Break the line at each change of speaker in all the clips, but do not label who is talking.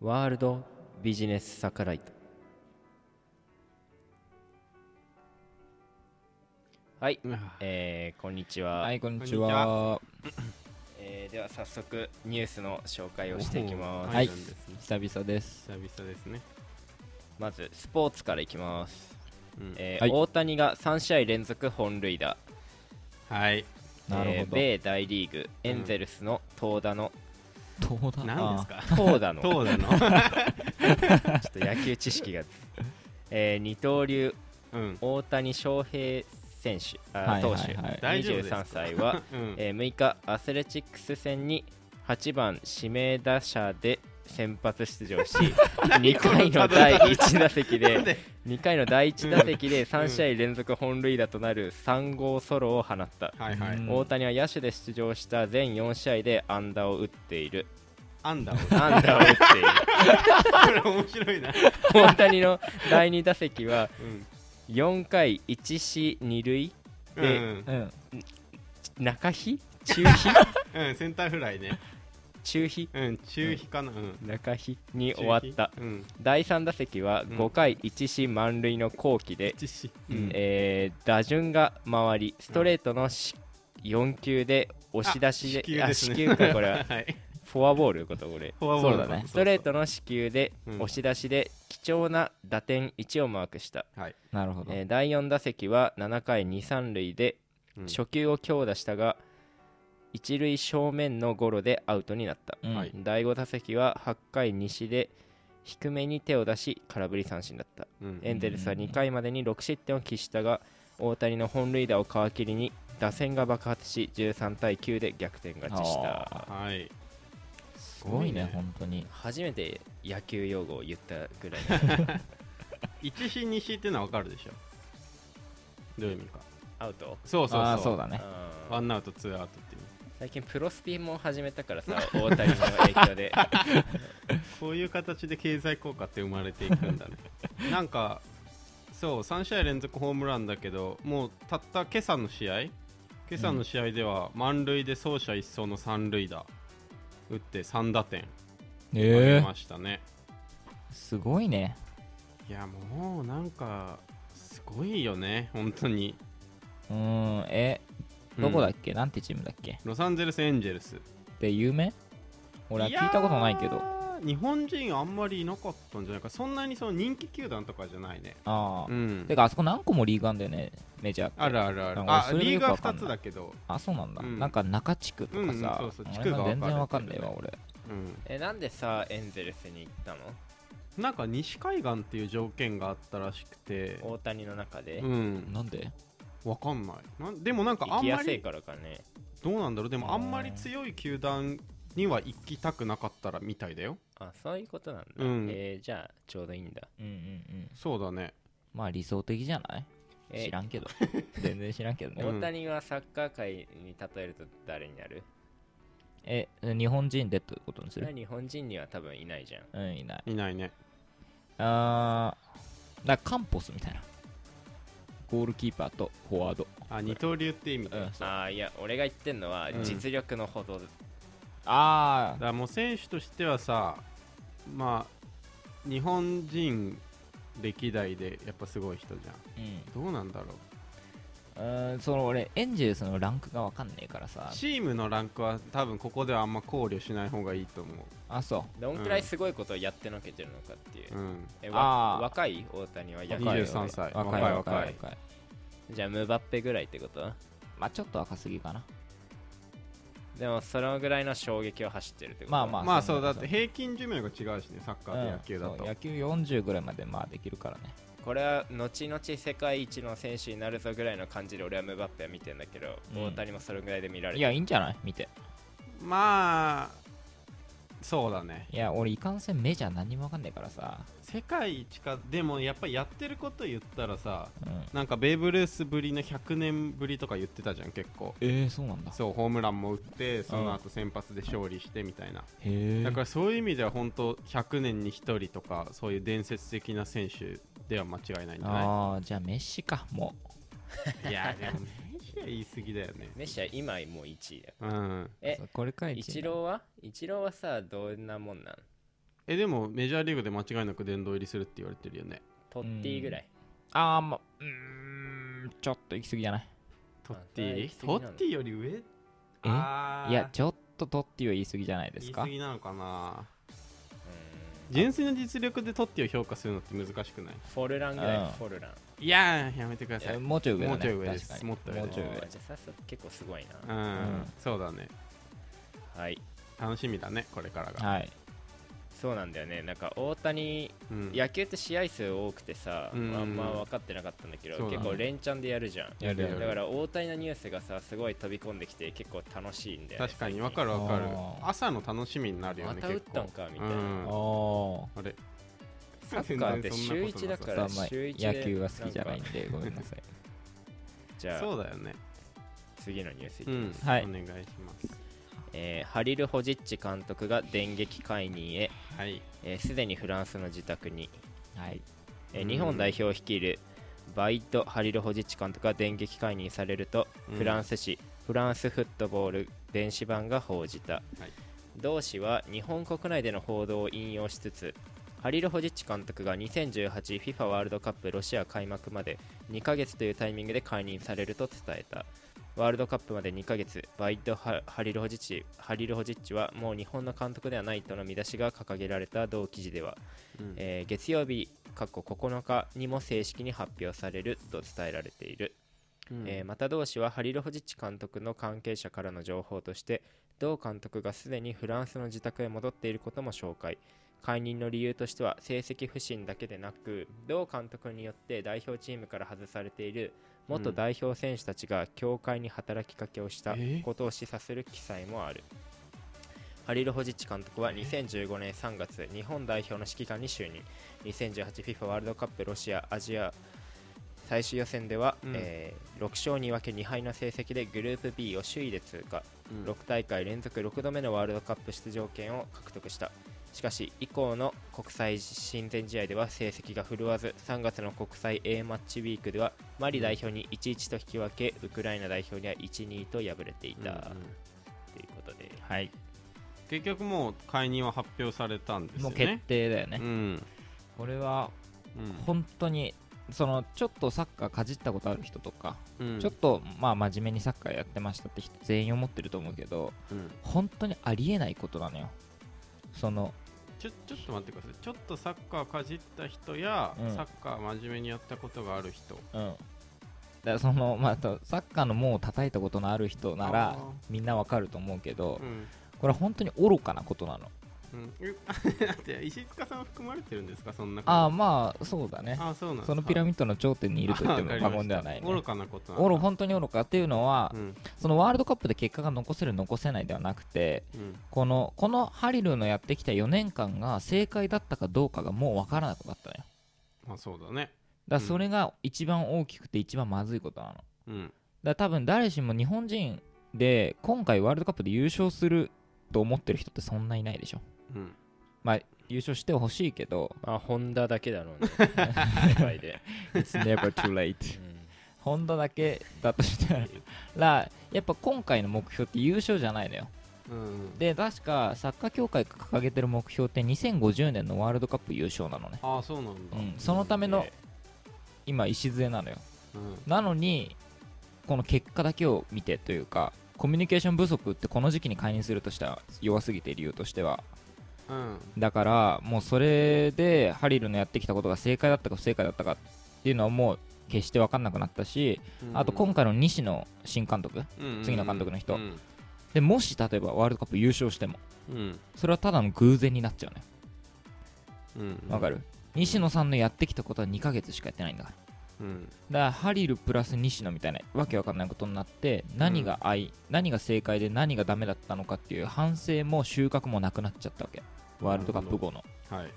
ワールドビジネスサカライトはい、えー、こんにちは、
はい、こんにちは。
えーでは早速ニュースの紹介をしていきます、
はい
久
久々です。
久々ですね。
まずスポーツからいきます、
うん
えー
はい
大谷が3試合連続本塁打
はい。
なる
えー
ほど。
米大リーグエンゼルスの投打の
どうだ
何ですか
投打の
どうなの
ちょっと野球知識が、 えー二刀流
うん。
大谷翔平選手
は
あ
い
投
はい
手、
はい。
大丈夫ですか
23歳は、
うん。
えー6日アスレチックス戦に8番指名打者で先発出場 し2回の第1打席
なん
で
で
2回の第1打席で3試合連続本塁打となる3号ソロを放った、
はいは
う
い
ん。
大谷は野手で出場した全4試合で安打を打っている
アンダーを。
安打を打っ ている
これ面白いな。
大谷の第2打席は
うん。
4回1死2塁
う
で
ん
うん。
中飛中飛
うん、センターフライね。
中飛
うん、中飛かな。うん。
中飛に終わった
中飛。うん。
第3打席は
うん
5回1死満塁の好機で、
実施。
うん
えー打順が回りストレートのし4球で押し出しで
あ四球ですね
四球かこれ は
はい。
フォアボールことこれ
フォアボール
そうだね
ストレー。トの四球で
うん
押し出しで貴重な打点1をマークした、
はい。
なるほど。
えー第4打席は7回2、3塁で
うん
初球を強打したが一塁正面のゴロでアウトになった、
うん
はい
第5打席は8回西で低めに手を出し空振り三振だった
うん
エンゼルスは2回までに6失点を喫したが大谷の本塁打を皮切りに打線が爆発し13対9で逆転勝ちした
あ
はい。
ーすごいね、本当に。
初めて野球用語を言ったぐらい
一飛二飛っていうのはわかるでしょ。どういう意味か。
アウト
そうそう
ああ、
そ。
そううだね。
うん
ワンアウト、ツーアウトっていう。
最近プロスピンも始めたからさ大谷の影響 で
こういう形で経済効果って生まれていくんだ ねなんかそう3試合連続ホームランだけどもうたった今朝の試合今朝の試合では満塁で走者一掃の三塁打打って3打点
え
出ましたね、
え。すごいね。
いやもうなんかすごいよね本当に
うーん、え、どこだ
う
っけなんてチームだっけ
んロサンゼルスエンジェルス
で、有名俺は聞いたことないけど。
やー日本人あんまりいなかったんじゃないかそんなにその人気球団とかじゃないね
あ
う
あ。
ん
てか、あそこ何個もリーグあんだよね、メジャーって。
あるあるある
なんか
あ
それが
リー
よく
グは
わかんな
2
い
つだけど
あ、そうなんだ。
うん
なんか中地区とかさ
うんうんそう、そう地区
俺
が
が
分かれてる
全然わかんないわ、俺。
うん
えなんでさエンゼルスに行ったの
なんか西海岸っていう条件があったらしくて
大谷の中で
うん
なんで
わかんないなんでもなんか
行
あん
きや
ま
すい
り
からかね
どうなんだろうでもあんまり
あー
強い球団には行きたくなかったらみたいだよ
あそういうことなんだ、
うん
えーじゃあちょうどいいんだ、
うんうんうん。
そうだね
まあ理想的じゃない
えー
知らんけど全然知らんけどね、
うん
大谷はサッカー界に例えると誰になる、
え日本人でってことにす
それは
る
日本人には多分いないじゃん
うんいない
いないね
あーだからカンポスみたいなゴールキーパーとフォワード
あ二刀流って意味だ,、
うん
だか
ああいや俺が言ってんのは
うん
実力のほど、
あ
らもう選手としてはさまあ日本人歴代でやっぱすごい人じゃん
ー
どうなんだろ
うんうんその俺エンジェルスのランクがわかんねえからさ
うチームのランクは多分ここではあんま考慮しない方がいいと思
あそ
どんくらいすごいことをやってのけてるのかっていう、
う、うん、
えわ
あー
若い大谷は
う
野球
若い23歳
若
若
い若
い
い
若い
若い
じゃあムバッペぐらいってこと
まあちょっと若すぎかな
でもそのぐらいの衝撃を走ってるってこと
まあまあ
まあそう
そんな
だって平均寿命が違うしねサッカーと野球だ
うん
と、
そう野球40ぐらいまでまあできるからね
これは後々世界一の選手になるぞぐらいの感じで俺はムバッペは見てんだけど、
うん
大谷もそれぐらいで見られ
い
る
やいいんじゃない見て
まあそうだね
いや俺いかんせんメジャー何にもわかんねえからさ
世界一かでもやっぱりやってること言ったらさ
うん
なんかベーブ・ルースぶりの100年ぶりとか言ってたじゃん結構
えー、そうなんだ
そうホームランも打ってその後先発で勝利してみたいな、
へえ
だからそういう意味では本当100年に1人とかそういう伝説的な選手では間違いないんじゃ
ああじゃあメッシかも
ないいやでもメッシは言い過ぎだよね
メッシは今もう1位だ
うん
う
え
これか
イチローはイチローはさどんなもんなん
えでもメジャーリーグで間違いなく殿堂入りするって言われてるよね
トッティぐらい
あーまうーんちょっと行き過ぎじゃない
トッティ
まあ
トッティより上あー
いやちょっとトッティは言い過ぎじゃないで
言
す
い
か
過ぎなのかな純粋な実力でトッティを評価するのって難しくない
フォルランぐら
うん
いフォルラン
いやーやめてくださ
い
い
や
うん、
もうちょい上だね
もうちょい上です
確かに
もっと上
も
で
う
す
ちょい
あーじゃあさっさと結構すごいな
うん
そうだね
はい
楽しみだねこれから
上
が、
はい
そうなんだよねなんか大谷
うん、
野球って試合数多くてさ、
うん
あんま分かってなかったんだけ
そ
ど
うだね
結構連チャンでやるじゃん
やるや
やる
る
だから大谷のニュースがさすごい飛び込んできて結構楽しいんだよね
確かに
最
わ
近
かるわかる
あー
朝の楽しみになるよ
ま
ね
た打っ
結構
たんかみたいな、
うん
おー
あれ
サッカーって週一だから
あんま
週
り
一で
野球が好きじゃないんでごめんなさい
じゃ
そ
あ
うだよね
次のニュースいき
う
ま
ん
す、
はい
お願いします
えーハリル・ホジッチ監督が電撃解任へ
はい
えーすで、にフランスの自宅に、
はい
えー
うん
日本代表を率いるバイト・ハリル・ホジッチ監督が電撃解任されると、
うん
フランス紙フランスフットボール電子版が報じた、
い
同紙は日本国内での報道を引用しつつハリル・ホジッチ監督が 2018FIFA ワールドカップロシア開幕まで2ヶ月というタイミングで解任されると伝えたワールドカップまで2ヶ月バイトハハリルホジッチハリルホジッチはもう日本の監督ではないとの見出しが掲げられた同記事では
うん
えー月曜日過去9日にも正式に発表されると伝えられている、
うん
えーまた同氏はハリル・ホジッチ監督の関係者からの情報として同監督がすでにフランスの自宅へ戻っていることも紹介解任の理由としては成績不振だけでなく同監督によって代表チームから外されている元代表選手たちが協会に働きかけをした
えー
ことを示唆する記載もある、ハリル・ホジッチ監督は2015年3月日本代表の指揮官に就任 2018FIFA ワールドカップロシアアジア最終予選では、
うん
えー6勝2分け2敗の成績でグループ B を首位で通過、
うん
6大会連続6度目のワールドカップ出場権を獲得したしかし以降の国際親善試合では成績が振るわず3月の国際 A マッチウィークではマリ代表に1-1と引き分けウクライナ代表には1-2と敗れていた、
うんうん
ということで
はい
結局もう解任は発表されたんです
も
よ
う決
ね
定だよね
うん
これは本当にそのちょっとサッカーかじったことある人とか
うんうん
ちょっとまあ真面目にサッカーやってましたって人全員思ってると思うけど
うん
本当にありえないことなのよその
ちょちょっと待ってくださいちょっとサッカーかじった人や、
うん
サッカー真面目にやったことがある人
うんだからそのまあとサッカーの門を叩いたことのある人な
あ
ら
ー
みんなわかると思うけど
うん、
これは本当に愚かなことなの
うん、え だって石塚さん含まれてるんですかそんな
ああまあそうだね
あそうなんですか
そのピラ
ミ
ミッドの頂点にいると言っても過言ではないね
愚かなことなんだ
愚本当に愚かっていうのは
うん
そのワールドカップで結果が残せる残せないではなくて
うん
このこのハリルのやってきた4年間が正解だったかどうかがもう分からなくなったのよ
まあそうだね
だからそれが一番大きくて一番まずいことなのだか
うん
ら多分誰しも日本人で今回ワールドカップで優勝すると思ってる人ってそんないないでしょ
うん
まあ優勝してほしいけど
まあ、ホンダだけだろ うね。世界で。
It's never too late ホンダだけだとしたらやっぱ今回の目標って優勝じゃないのよ
うん
で確かサッカー協会が掲げてる目標って2050年のワールドカップ優勝なのね、
ああそうなん
う
だ
ん、そのための今礎なのよ
うん
なのにこの結果だけを見てというかコミュニケーション不足ってこの時期に解任するとしたら弱すぎて理由としては
うん
だからもうそれでハリルのやってきたことが正解だったか不正解だったかっていうのはもう決して分かんなくなったしあと今回の西野新監督
うん
次の監督の人
うん
でもし例えばワールドカップ優勝しても
うん
それはただの偶然になっちゃうね
うん
わかる西野さんのやってきたことは2ヶ月しかやってないんだから
うん
だからハリルプラス西野みたいなわけわかんないことになって何が愛、何が正解で何がダメだったのかっていう反省も収穫もなくなっちゃったわけワールドカップ後の
はい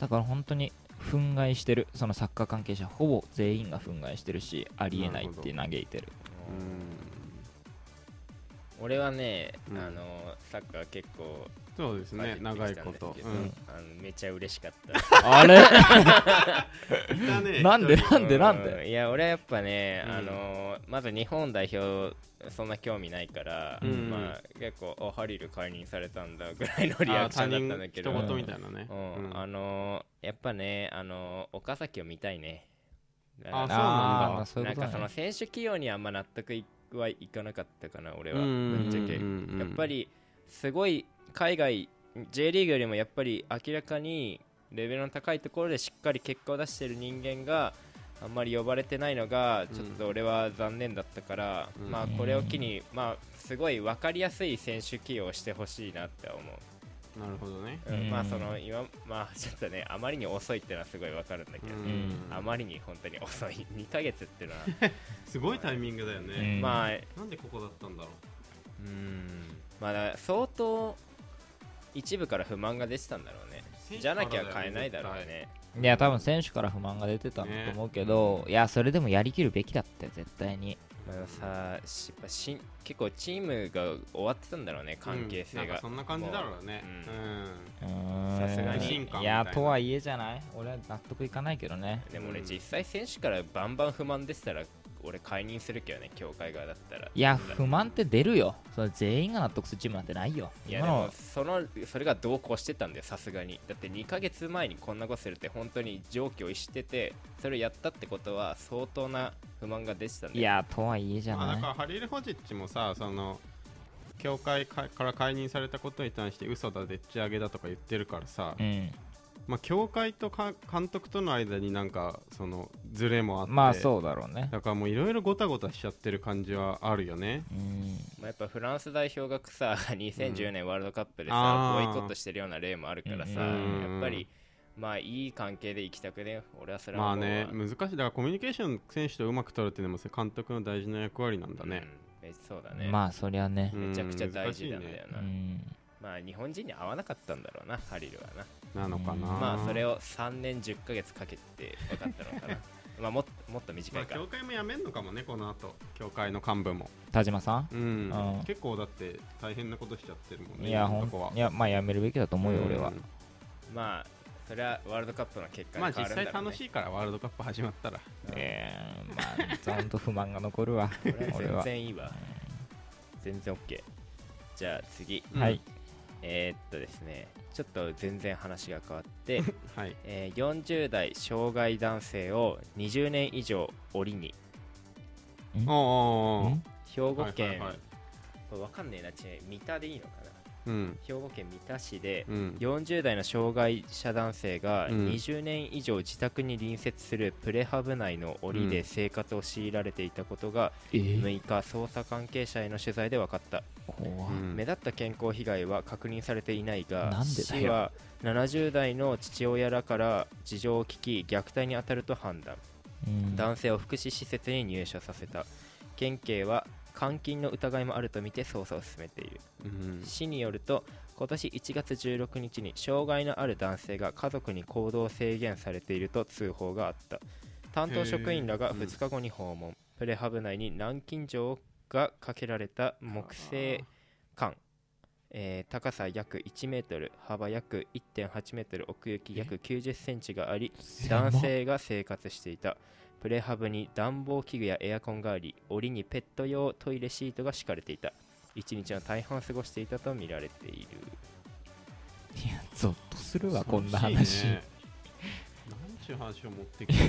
だから本当に憤慨してるそのサッカー関係者ほぼ全員が憤慨してるしありえないって嘆いてる
うん
俺はね、
うん
あのサッカー結構
そうですね、
入って
長
き
い
たん
こ
です
と
け。ど
うん
あのめちゃ嬉しかった
あれ
いたね
なんで
一人
なんでなん
う
で
んいや俺はやっぱね、
うん
あのまず日本代表そんな興味ないから、
うん
まあ、結構あハリル解任されたんだぐらいのリア
あ
クショ
他
ンだった
人
んだけど、
他
う
一
ん
言みたいなね。うん
あのやっぱねあの岡崎を見たいね
あそうな
あ
んだ
ーまあそういう
なん
こと
かそ
な
の
ん
選手起用にあんま納得いはいかなかったかな俺は
うん
ぶっちゃけ
うんうんうん
やっぱりすごい海外 J リーグよりもやっぱり明らかにレベルの高いところでしっかり結果を出してる人間があんまり呼ばれてないのがちょっと俺は残念だったから、
うん
まあこれを機にまあすごい分かりやすい選手起用をしてほしいなって思う。
なるほどね。
うん
うん
まあその今まあちょっとねあまりに遅いってのはすごいわかるんだけど、
うん
ね
う
あまりに本当に遅い2ヶ月っていうのは
すごいタイミングだよ
う
ね。
ん
まあ
なんでここだったんだろう。
うんまあだから相当一部から不満が出てたんだろうね
選手
じゃなきゃ
からだよね
買えないだろうね
いや多分選手から不満が出てたんだと思うけど、いやそれでもやりきるべきだって絶対に
まあでもさしやっぱし結構チームが終わってたんだろうね関係性
うんなん
が
かそんな感じだろうね。
も
う。
うん
うー
さ
ん
すがに
進化
い
みたい
や
な
とはいえじゃない俺は納得いかないけどね
でも
う
俺
ん
実際選手からバンバン不満出てたら俺解任するけどね協会側だったら
いや不満って出るよそれ全員が納得するチームなんてないよ
いやでもそのそれが同行してたんだよさすがにだって2ヶ月前にこんなことするって本当に常軌を逸しててそれをやったってことは相当な不満が出てたんだよ
いやとはいえじゃ
まあ
な
だ
い
からハリル・ホジッチもさ、その、協会かから解任されたことに対して嘘だ、でっち上げだとか言ってるからさ、
うん
まあ、協会とか監督との間になんか、その、ズレもあって、
まあそうだろうね
だからもういろいろごたごたしちゃってる感じはあるよね。
うん
まあ、やっぱフランス代表がさ2010年ワールドカップで
あ
さ、
ー
ボイコットしてるような例もあるからさ、
うん
やっぱりまあいい関係で行きたくね俺はそれは
まあ
思うわ
ね、難しい。だからコミュニケーション選手とうまく取るっていうのも監督の大事な役割なんだね。
うんえそうだね、
まあそりゃね
うん
めちゃくちゃ大事なんだよ
う
な、
ん
まあ日本人に合わなかったんだろうなハリルはな
なのかな。
まあそれ
を。
を3年10ヶ月かけて分かったの かなまあもっもっと短
まあ、
いか、
協会もやめんのかもね、この後協会の幹部も。
田島さん
うん
うん
結構だって大変なことしちゃってるもんね。
いや
今
ほ
の
ん
とこはい
やまあやめるべきだと思うよ
うん
俺は
まあそれはワールドカップの結果
まあ
に変わ
実
るんだ
際
ろう、ね、
楽しいから、ワールドカップ始まったら。
えーまあちゃんと不満が残るわ俺
俺は全
は
然いいわ全然 OK じゃあ次
うん
はい。
えー、っとですねちょっと全然話が変わって、
はい。
えー40代障害男性を20年以上檻に
うん
おうおうおう。
兵庫
は
県、
いはいはい
これわかんねえなちなみに三田でいいのかな
うん。
兵庫県三田市で
うん。
40代の障害者男性が
うん
20年以上自宅に隣接するプレハブ内の檻で生活を強いられていたことが
え
6日
ー
捜査関係者への取材で分かった
怖
う
っ
ん
目立った健康被害は確認されていないが
なんでだよ
市は70代の父親らから事情を聞き虐待に当たると判断
うん
男性を福祉施設に入所させた県警は監禁の疑いもあるとみて捜査を進めている
うん
市によると今年1月16日に障害のある男性が家族に行動を制限されていると通報があった担当職員らが
へーうん
2日後に訪問、プレハブ内に南京錠がかけられた木製管、えー高さ約1メートル幅約1.8メートル奥行き約90センチがあり
狭っ
男性が生活していたプレハブに暖房器具やエアコンがあり檻にペット用トイレシートが敷かれていた一日の大半を過ごしていたとみられている
いやゾッとするわこんな話、
何ちゅう話を持ってきて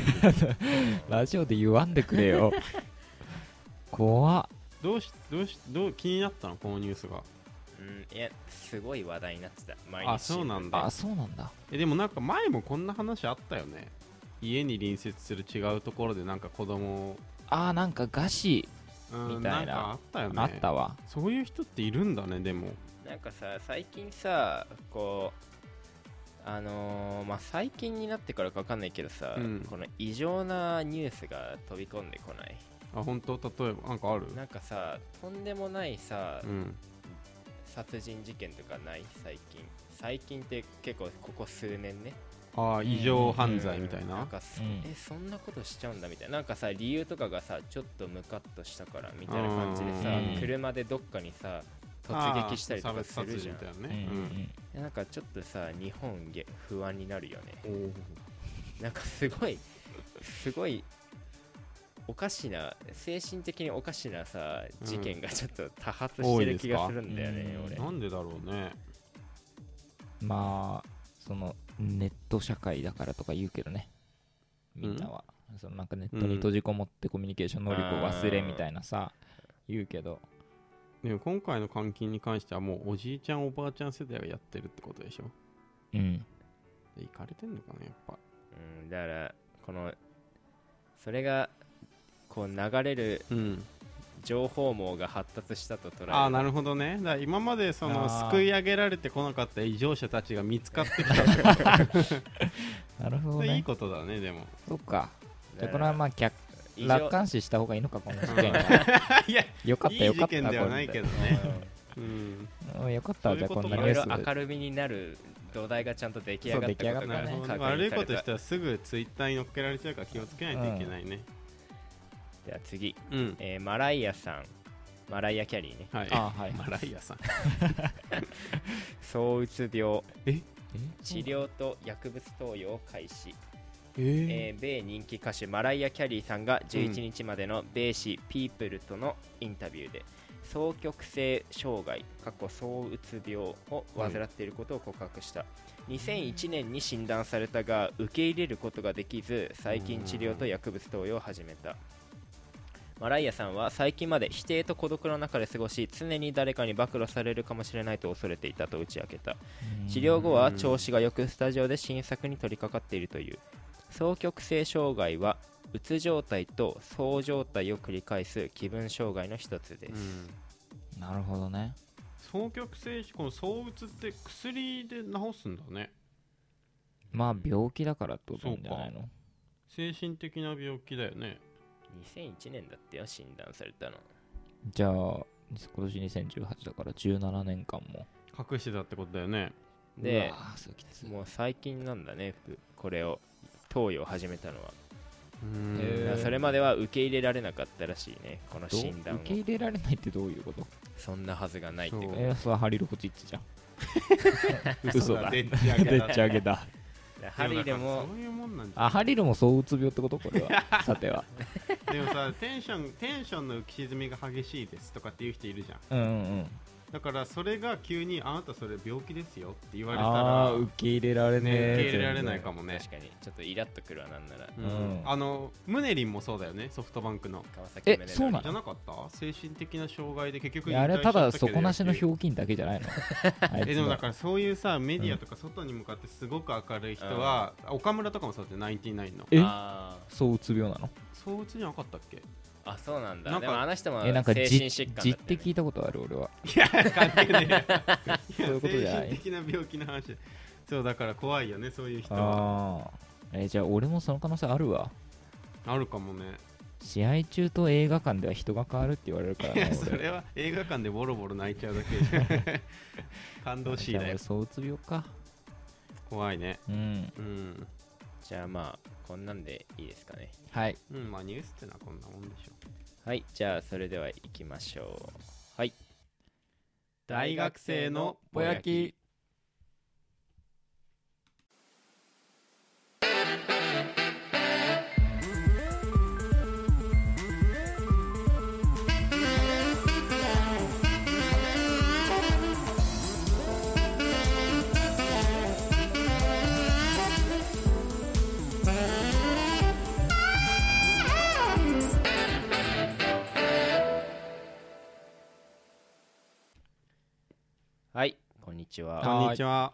る
ラジオで言わんでくれよ怖っ
どうしどうしどう気になったのこのニュースが
うんいやすごい話題になってた毎日
あそうなんだ
あそうなんだ
えでもなんか前もこんな話あったよね家に隣接する違うところでなんか子供を
あーなんか餓死
うん
みた
ん
いな
かあったよね
あったわ
そういう人っているんだねでも
なんかさ最近さこうあのーまあ最近になってからか分かんないけどさ、
うん
この異常なニュースが飛び込んでこない
あ本当例えばなんかある
なんかさとんでもないさ、
うん
殺人事件とかない最近最近って結構ここ数年ね
ああ異常犯罪みたい
なん
な
かそ
うん
えそんなことしちゃうんだみたいななんかさ理由とかがさちょっとムカッとしたからみたいな感じでさ
うん
車でどっかにさ
あ
突
ー
撃したりとかするじゃん
差別殺人みた
うん
いなね
なんかちょっとさ日本げ不安になるよね
うん
なんかすごいすごいおかしな精神的におかしなさ
うん
事件がちょっと多発してる気がするんだよ
多いで
ね
すか
俺
う
なんでだろうね
まあそのネット社会だからとか言うけどねみんなは、そのなんかネットに閉じこもってコミュニケーション能力を忘れみたいなさ、言うけど
でも今回の監禁に関してはもうおじいちゃんおばあちゃん世代がやってるってことでしょ
うん
で行かれてんのかなやっぱ
うんだからこのそれがこう流れる
うん
情報網が発達したと捉え
ああ
る
なるほどねだから今までその
あー
すくい上げられてこなかった異常者たちが見つかってきた
なるほど
それいい
ね
ことだねでも
そうかじ
だか
ゃあ
ら
これはまあ客
異常
楽観視した方がいいのかこの事件 は
いや
よかっ
い
たよ
い
か
事
った
件ではないけどねうん
うんよかったわじゃあこん
い
なニ
ろ
ュ
い
ー
ろ
ス
明るみになる土台がちゃんと出来上がったこと
そう出来上が
が
ったね
確認された
悪いことしたらすぐツイッターに乗っけられちゃうから気をつけないといけないね
では次、
うん、
えーマライアさんマライア・キャリーね
はい
あはい
マライアさん
躁うつ病
え
治療と薬物投与を開始、
えー
えー米人気歌手マライア・キャリーさんが11日までの米誌「ピープル」とのインタビューで双極性障害過去躁うつ病を患っていることを告白した、2001年に診断されたが受け入れることができず最近治療と薬物投与を始めたマライアさんは最近まで否定と孤独の中で過ごし常に誰かに暴露されるかもしれないと恐れていたと打ち明けた治療後は調子が良くスタジオで新作に取り掛かっているという双極性障害はうつ状態と躁状態を繰り返す気分障害の一つで
う
す、
ん
なるほどね
双極性この躁うつって薬で治すんだね
まあ病気だからってことなんじゃないの
精神的な病気だよね
2001年だってよ診断されたの
じゃあ今年2018だから17年間も
隠してたってことだよね
で
うわーそれきつい
もう最近なんだねふこれを投与を始めたのは、
うん
へー
だからそれまでは受け入れられなかったらしいねこの
どう
診断を
受け入れられないってどういうこと
そんなはずがないってこと
そう
えー、それはハリルホチッチじゃん 嘘だ
でっち上
で
げだ
っち上げだ
だからハリーで
もな
も
んかそういうもんなんじゃ
あハリルも躁うつ病ってことこれ はさては
でもさテンションテンションの浮き沈みが激しいですとかっていう人いるじゃん
うんうん
だからそれが急にあなたそれ病気ですよって言われた
あ
ら
あー受け入れられねえ
ね、受け入れられないかもね
確かにちょっとイラっとくるわなんなら、
うん
うん
あのムネリンもそうだよねソフトバンクの
川崎
え
宗則
そうな
じゃ
の
なかった精神的な障害で結局
いやあれ
引退
た
しちゃ
だ
ったけど
底なしの
野球
表金だけじゃな いのあいつ
えでもだ
の
からそういうさメディアとか外に向かってすごく明るい人は、岡村とかもそうだってナインティナインの
え
あー
躁うつ病なの
そううちになかったっけ
あそうなんだ
なんか
でもあの人も
え
精
なんか
神
じ
疾患だった
じっ
よ
て
ね
聞いたことある俺は
関係ねえ
そういうことじゃない
精神的な病気の話そうだから怖いよねそういう人は
ああーえじゃあ俺もその可能性あるわ
あるかもね
試合中と映画館では人が変わるって言われるから
い
ね
や
俺
それは映画館でボロボロ泣いちゃうだけで 感動しい
じゃあ
だよ
俺躁うつ病か
怖いね
うん
うん、
じゃあまあこんなんでいいですかね
はい
うん、まあニュースってのはこんなもんでしょ
はいじゃあそれでは行きましょうはい
大学生のぼやき
はいこんにちは、
あ
こんにちは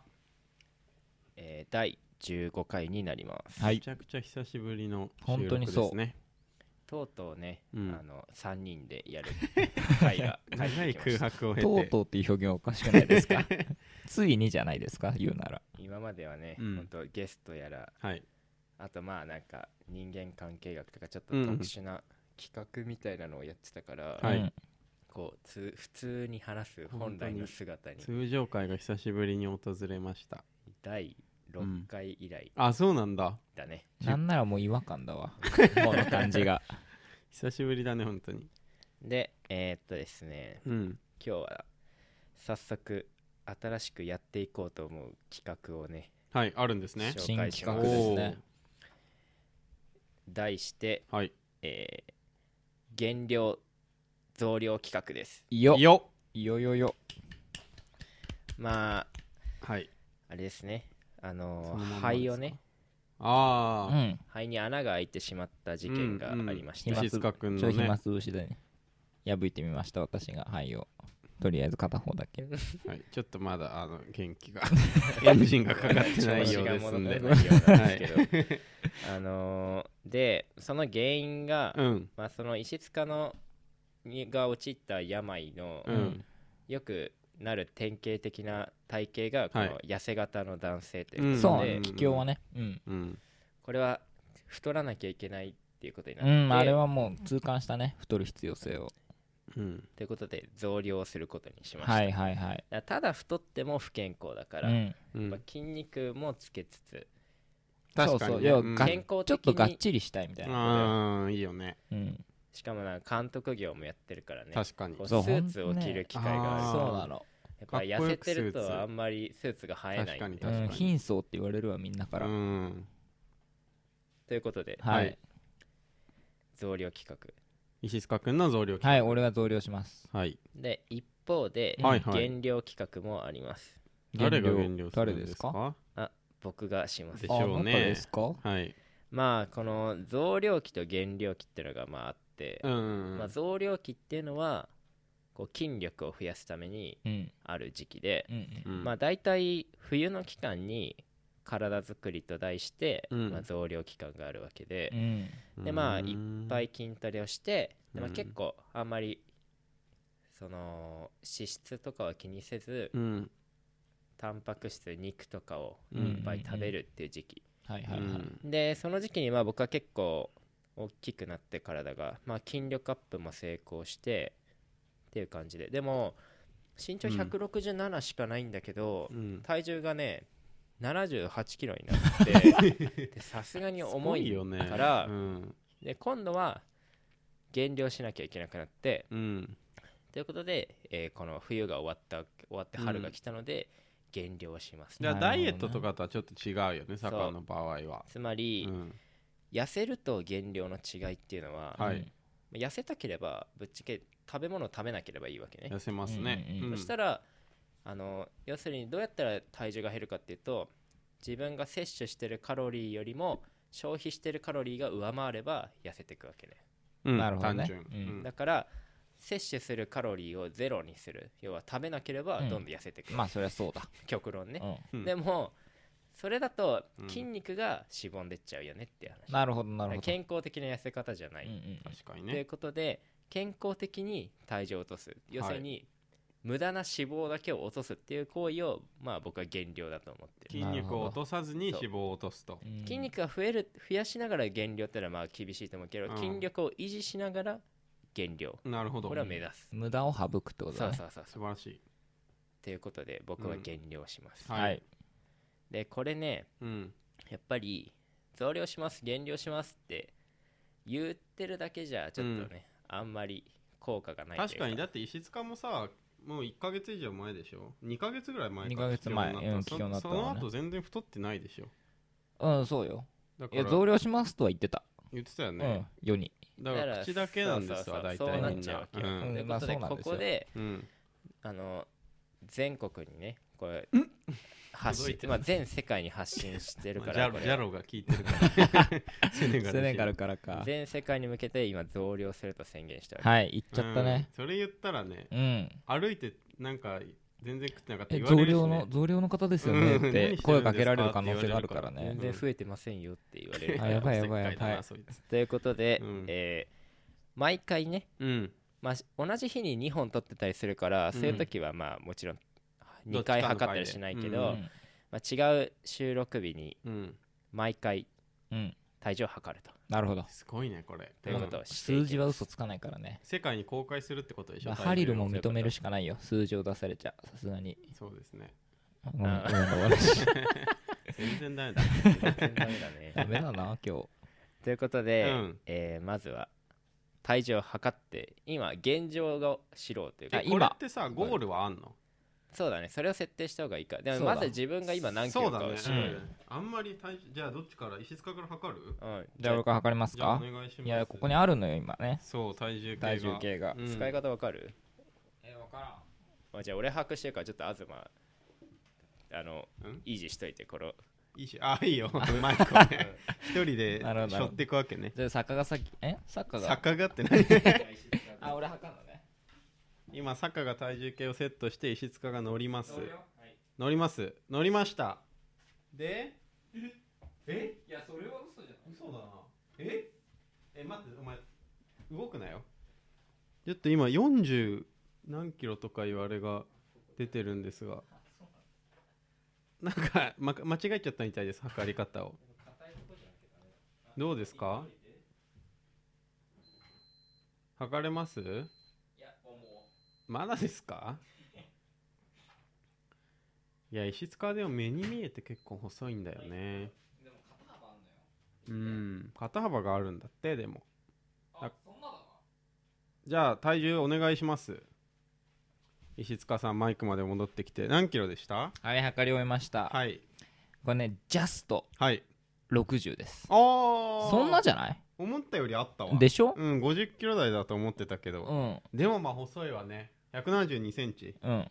えー第15回になります
は
め
い
ちゃくちゃ久しぶりの
本当にそう
収録ですね
とうとうね、
うん
あの3人でやる回 が
長い空白を経て
とうとうっていう表現おかしくないですかついにじゃないですか言うなら
今まではね、
うん
ほんとゲストやら
はい
あとまあなんか人間関係学とかちょっと
うん
特殊な企画みたいなのをやってたから、
はい
うん
こうつ普通に話す本来の姿に
通常会が久しぶりに訪れました
第6回以来
あそうなんだ
だね、
なんならもう違和感だわこの感じが
久しぶりだね本当に
でえーっとですね
うん
今日は早速新しくやっていこうと思う企画をね
はいあるんですね
そう
新企画ですね
題して、
おーはい
えー減量増量企画です
よよ
よ
よよよ
まあ
はい
あれですねあ
その
の
まんまですか
肺をね
う
ああ、
ん
肺に穴が開いてしまった事件がありまして、
うんうん
石塚君
ちょ
の
い暇
ね、
つぶしでね破いてみました私がはいをとりあえず片方だけ
はい、ちょっとまだあの元気がエンジンがかかってないようですん
調子が戻ってない
で
ようなんですけどあのーでその原因が、
うん
まあ、その石塚のにが陥った病の、
うん
よくなる典型的な体型がこ
は
の痩せ型の男性といううんこと
そう
で、
ね気境はねうん
うん
これは太らなきゃいけないっていうことになっ
う
て、
んあれはもう痛感したね太る必要性を
うん
ということで増量することにしました、
はいはいは
だ
い
からただ太っても不健康だか
う
ら、
ん
うん
まあ、筋肉もつけつつ
確か
そうそ
に
う
ね
要は
うん
が
健康的に
ちょっとがっちりしたいみたいな
あーいいよね
うん
しかもなんか監督業もやってるからね
確かに
こうス
そう
ーツを着る機会があ
ー
る
そうなの
やっぱ
かっ
痩
こよ
せ
く
てる
スーツ
とあんまりスーツが映えないん
確
で
かに
うん貧相って言われるわみんなから
うん
ということで、
は
はい
い
増量企画
石塚君の増量期
はい俺が増量します
はい
で一方で、
はいはい
減量企画もあります
誰が減量する
誰
ん
で
ですす
か
か
僕がします
でしょうね
あなたですか
はい
まあこの増量期と減量期っていうのがまああって、
うんうん
まあ、
うん
増量期っていうのはこう筋力を増やすために
うん
ある時期で、
うん
うん
まあ大体冬の期間に体作りと題して、
うん
まあ、増量期間があるわけで、
う
いっ
ん
でまあ
うん
いぱい筋トレをして、でまあ、
うん
結構あんまりその脂質とかは気にせず、
うん
タンパク質肉とかをい
うん
っぱい食べるっていう時期、
はいは
う
いはい
ん
でその時期にまあ僕は結構大きくなって体が、まあ、筋力アップも成功してっていう感じででも身長
うん
167しかないんだけど、
うん
体重がね78キロになって でさすがに重い
すごよね
から
うん
で今度は減量しなきゃいけなくなって
うん
ということで、えーこの冬が終わった終わって春が来たので、減量します
じゃあ
なるほど
ダ
ね
イエットとかとはちょっと違うよねサッカーの場合は
つま
う
り、
ん
痩せると減量の違いっていうのは、
はい
痩せたければぶっちゃけ食べ物を食べなければいいわけね
痩、せますね
うんうん
う
そ
ん
したらあの要するにどうやったら体重が減るかっていうと自分が摂取してるカロリーよりも消費してるカロリーが上回れば痩せていくわけね
うん
なるほどね
単純
うん
うん
だから摂取するカロリーをゼロにする要は食べなければ
うん
どんどん痩せていく、
まあそりゃそうだ
極論ね、
う
うん
でもそれだと
うん
筋肉がしぼんでっちゃうよねっていう話
ん、なるほどなるほど
健康的な痩せ方じゃない、
うんうん
確かに
という
ね
ことで健康的に体重を落とす要するに、無駄な脂肪だけを落とすっていう行為をまあ僕は減量だと思ってる
筋肉を落とさずに脂肪を落とすと
うん
筋肉が増える増やしながら減量ってのはまあ厳しいと思うけど、
うん
筋力を維持しながら減量
なるほど
これは目指す、
無駄を省くってこと
そ
だ
う
ね
そうそうそ
素
う
晴らしい
ということで僕は減量します、
うんはい
でこれね
うん
やっぱり増量します減量しますって言ってるだけじゃちょっとね、あんまり効果がないという
確かにだって石塚もさもう1ヶ月以上前でしょ2ヶ月ぐらい前か
二ヶ月前うん
貴
貴
重
重
な
にな
っ
ったた
の
わ
そそ
ね
の後全然太ってないでしょ
うんそうよ
だか
いや
ら
増量しますとは言ってた、
言ってたよ
うん
ね
世に
だから口だけなんですわ
だから
大
そうそう
体
そうそうな
みんな
っちゃう
わけよ
と
う
い
ん
うことで、
まあそうなん
こ
ですよ
こで
うん
あの全国にねこ れ発
届い
信
て、る
まあ、全世界に発信してる
ま
か
あジャ
ら
ロ
こ
ジャ
れ
ロが聞いてるから セネガル
セネガルからか
全世界に向けて今増量すると宣言したわけ、
はい行っちゃったね
うんそれ言ったらね
うん、
歩いてなんか全然食ってなかった
え
言われ
増
るし
量
ね
の増量の方ですよねっ
うん何
て
してるんですか
声かけられる可能性があるから
って言われ
ね
全然増えてませんよって言われる
あ
から
やば
お
い
せ
や
っ
ばい
かだな
やばい
そいつ
ということで、
うん
えー毎回ね、
うん
まあ、し同じ日に2本取ってたりするから、
うん
そういう時はまあもちろん
ど
2
っちか
回
の回で
測ったりしないけど、
う
う
増
ん
まあ、違う収録日に
うん
毎回
うん
体重を測ると
なるほど
すごいねこれ
ということ
うん
をしていきま
数
す
字は嘘つかないからね
世界に公開するってことでしょ
ハリ
体
ル
重
も
を
認めるしかないよ数字を出されちゃさすがに
そうですね
ごめん
あー
ごめんごめん
全然ダメだ。
全然ダメだね
ダメだな、今日。
ということで、
うん
えーまずは体重を測って今現状を知ろうというか
あ
え
今
これってさ、ゴールはあんの
そうだねそれを設定した方がいいかで
そ
も
うだ
まず自分が今何キ
そ
ロ
うだ
かを
ね
知
う
る
ん
あんまり体重じゃあどっちから石塚から測る
うん
じゃあ、僕測ります
じゃあお
か
願いします
いや、ここにあるのよ、今ね。
そう体重計が
体重計が
う。ん
使い方わかる、
え、わからん。
まあ、じゃあ俺把握してるからちょっと東あの
うん
維持しといてこの
いいしあいいよマイクをね 一人で
なるほど
背負っていくわけね
じゃあ、坂が先、え坂が。
坂がって何
あ、俺測るのね。
今坂が体重計をセットして石塚が乗ります
乗るよはい
乗ります乗りましたでえ
いや、それは嘘じゃない。
嘘だなええ待ってお前動くなよちょっと今40何キロとかいうあれが出てるんですがなんか、ま、間違えちゃったみたいです測り方をどうですか測れますまだですかいや石塚はでも目に見えて結構細いんだよね
でも肩幅あんのよ。
うん肩幅があるんだってでもあ
そんなだな。
じゃあ体重お願いします石塚さんマイクまで戻ってきて何キロでした
はい、測り終えました。
はい
これね、ジャスト
はい
60です。
あー
そんなじゃない
思ったよりあったわ
でしょ
うん50キロ台だと思ってたけ
う
ど、
ん。
でもまあ細いわね172センチ
うん。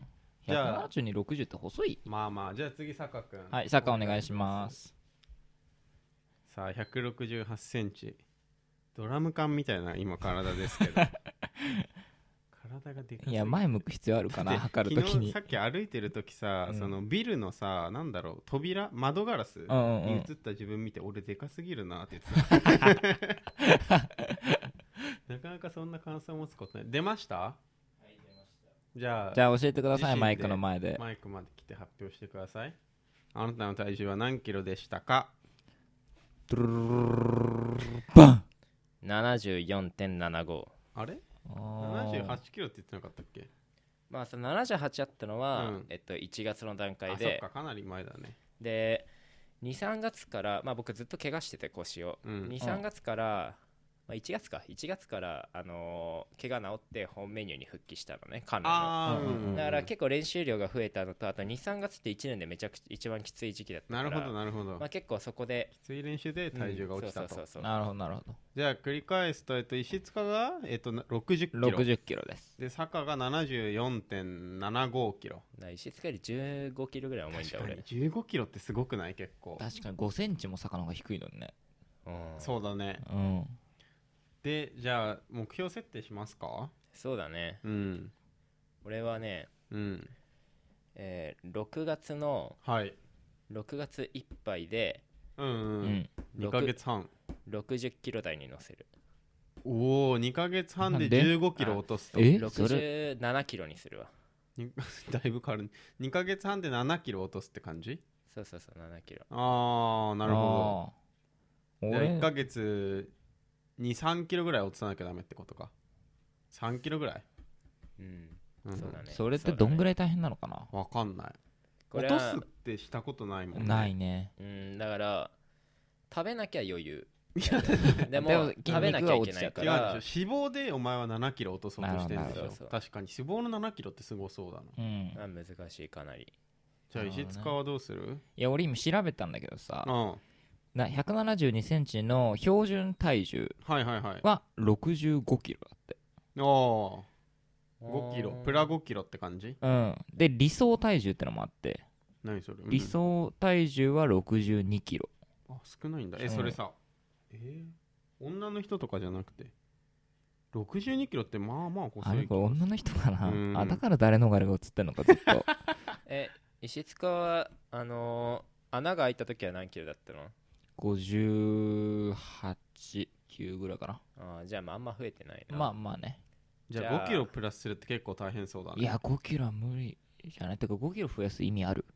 じゃあ
172、60って細い
まあまあじゃあ次坂君
はい、サッカーお願いします。
さあ168センチドラム缶みたいな今体ですけ ど体がでかすぎて
いや、前向く必要あるか
で
な、測るとき
昨日
に
さ。っき歩いてる時さ、
うん
そのビルのさなんだろう扉窓ガラス
うんうん
に映
う
った自分見て、俺でかすぎるなって言って たなかなかそんな感想を持つことない出ましたじゃあ
ん。じゃあ教えてくださ
自身
い、
で
マイクの前で。
マイクまで来て発表してくださいあなたの体重は何キロでしたか
74.75
あれ
あー
78キロって言ってなかったっけ
まあその78あったのは、
うん
えっと、1月の段階
あそっ
で
かかなり前だね
で23月から、まあ、僕ずっと怪我してて腰を、
うん
う
23
ん
月から、まあ、1月か1月から、あのー怪我治って本メニューに復帰したのね彼女
ああ、
うんうんうん
だから結構練習量が増えたのとあと23月って1年でめちゃくちゃ一番きつい時期だったか
な
ら
るほどなるほど、
まあ、結構そこで
きつい練習で体重が落ちたと、
うんそうそうそうそう
なるほど、なるほ
じゃあ繰り返すと、えっと、石塚が、えっと、な60キ
ど。
ロ
60キロです。
で坂が74.75キロ
だから石塚より15キロぐらい重いんだ
確かに
俺、
15キロってすごくない結構
確かに5センチも坂の方が低いのにね。
うん、
そうだね
うん。
でじゃあ目標設定しますか
そうだね
うん
俺はね、
うん
えー6月の
はい
6月いっぱいで
うん
う
うん
ん。
2ヶ月半
60キロ台に乗せる
おお2ヶ月半で
なんで
15キロ落とすと
えそれ
67キロにするわ
に だいぶ変わる2ヶ月半で7キロ落とすって感じ
そうそうそう7キロ
ああなるほ
あ
ど
ー
じゃあ
俺
1ヶ月23キロぐらい落とさなきゃダメってことか3キロぐらい
うん、
うん
そうだね
それってどんぐ
らい
らい大変なのかな
わかんない
こ
落
れ
と
は
すってしたことないもんね
ないね。
うんだから食べなきゃ余裕でも
でも筋
食べなき
肉
ゃ
が
い
落
け
ち
な
ちゃう
い
か
か
違う
ら
でしょ脂肪でお前は7キロ落とそうとしてるん
な
で
るほど
しょ確かに脂肪の7キロってすごそうだな
うん。
あ難しいかなり
じゃあ石塚はどうする
いや、俺今調べたんだけどさ
う、んは
な172センチの標準体重
いはいはいあ
は65キロだって。
あ5キロプラ5キロって感じ
うん。で、理想体重ってのもあって、
何それうん
理想体重は62キロ。
あ少ないんだえ
そう
それさえー女の人とかじゃなくて62キロってまあまあ
あ
細
れ
い
これ女の人か
うん
なあ、だから誰のあれが映ってんのかずっと。
え石塚はあのー穴が開いた時は何キロだったの
58、9ぐらいかな。
あーじゃあまああんま増えてないな
まあまあね。
じ
じゃ
ゃ
あ
あ5キロプラスするって結構大変そうだね
いや、5キロは無理じゃない。てか5キロ増やす意味ある。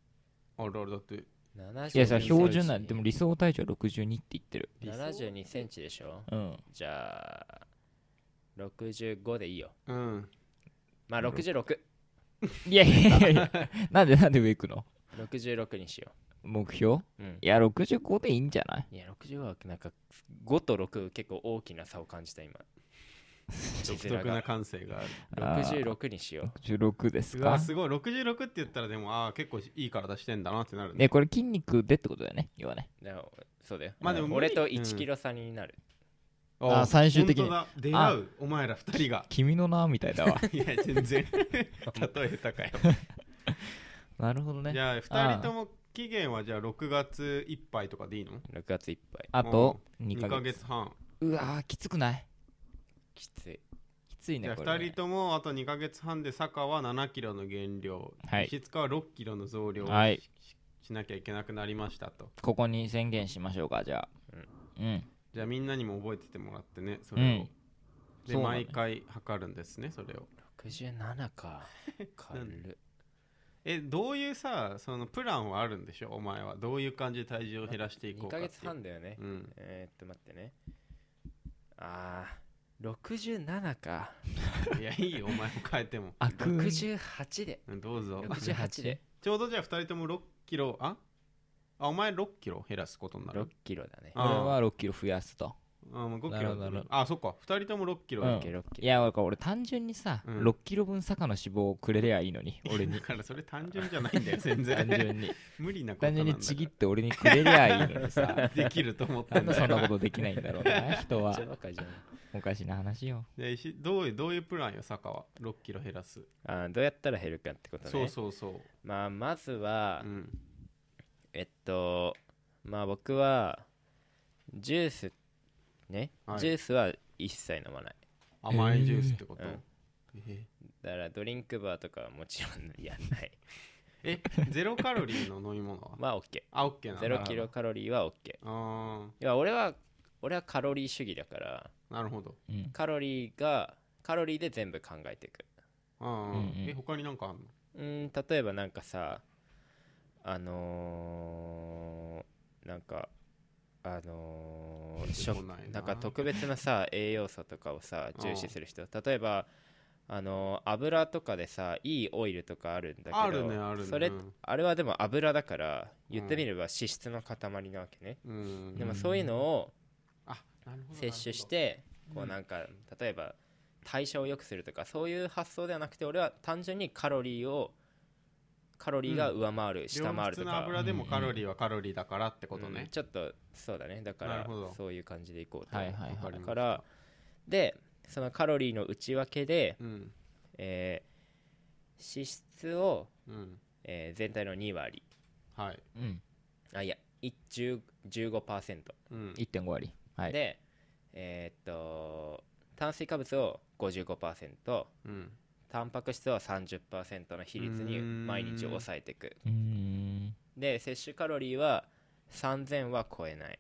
あれあれだって
72
いやさ、標準な
セ
ん
ンチ
でも理想体重は62って言ってる。
理想
72センチでしょ
うん。
じゃあ65でいいよ
うん
まあ6666
いやいやいやいや、なんでなんで上行くの
にしよ
目標
うん
いや、65でいいんじゃない
いや60はなんか5と6結構大きな差を感じた今
独
絆
特な
が
感性がある
あー
66にしよう
?66 です
うわ
か
すごい66って言ったらでもああ結構いい体してんだなってなるね
え、これ筋肉でってことだよね、要はね。
だからそうだよ、
まあでも
うん俺と
無理うん
1キロ差になる、
あー最終的に
本当だ出会うお前ら2人が
君の名みた いだわ。
いや全 然例えたかよ
なるほど
じ
ね。
ゃあ2人とも期限はじゃあ6月いっぱいとかでいいの
6月いっぱい
あと2
2
ヶ
ヶ
月。
月半
うわー、きつくない
きつい
きつい
じゃあ
ね、これ
2
ね
人。ともあと2ヶ月半で坂は7キロの減量
はい
石塚は6キロの増量を
はい
ししなきゃいけなくなりましたと
ここに宣言しましょうか、じゃあ。うん。
じゃあみんなにも覚えててもらってねそれを、
うん
で、
そうだね
毎回測るんですねそれを
67か 軽る
えどういうさそのプランはあるんでしょお前はどういう感じで体重を減らしていこ
2
うか
ヶ
っていう
月半だよね、
うん
えー、っと待ってねあー67か
いやいいよお前も変えても
あ、
68で
うんどうぞ
68で
ちょうどじゃあ2人とも6キロああお前6キロ減らすことにな
6
る
キロだね
これは6キロ増やすと。
あもう5キ
なる
ロ
ほどなるほど
あそっか2人とも6キロだ
うん
6キロ6キ
いや、俺俺単純にさ、
うん
6キロ分坂の脂肪をくれりゃいい のに、俺
だ
に。
からそれ単純じゃないんだよ全
単
然
純に。
無理なことなん
単
だ
純
から
にちぎって俺にくれりゃいいの にさ。
できると思って
なんん
だ
で
よ
そんなことできないんだろうな、人
ロ
は
めっちゃ。若いじゃん
おかしな話よ。
で石どういうどういうプランよ坂は6キロ減らす、
あーどうやったら減るかってことね
そうそうそう、
まあまずは、
うん、
えっとまあ僕はジュースね、
はい
ジュースは一切飲まない
甘いジュースってこと、
うん
え
だからドリンクバーとかはもちろん やんない
えゼロカロリーの飲み 物は
まあ OK
あオッケーなん
ゼ
だ
ロキロカロリーは OK い
あ
や俺は俺はカロリー主義だから
ーなるほど
うん。
カロリーがカロリーで全部考えていく
あー、
うんうん
え他になんかあんの
うん例えばなんかさあのーなんかあのー
出て
食
こない
な
な
んか特別なさ栄養素とかをさ
うん
重視する人例えばあのー油とかでさいいオイルとかあるんだけど
あるねあるね
それ
うん
あれはでも油だから言ってみれば脂質の塊なわけね、
うん
でもそういうのを
あなるほど
摂取してこうなんか例えば代謝を良くするとかそういう発想ではなくて俺は単純にカロリーをカロリーが上回る下回ると
良質な
か
油でもカロリーはカロリーだからってこ
う
と
ん
ね、
ちょっとそうだねだか
な
ら
るほど
そういう感じでいこうと
はいはい
わ
は
り
い。
まし
だ
た
からでそのカロリーの内訳で
うん
えー脂質を
うん
えー全体の2割
はい
うん。
あいやい10 15%
うん
1.5割。はい。
でえーっと炭水化物を55%
うん
タンパク質は30%の比率に毎日抑えていく
うーん。
で摂取カロリーは3000は超えない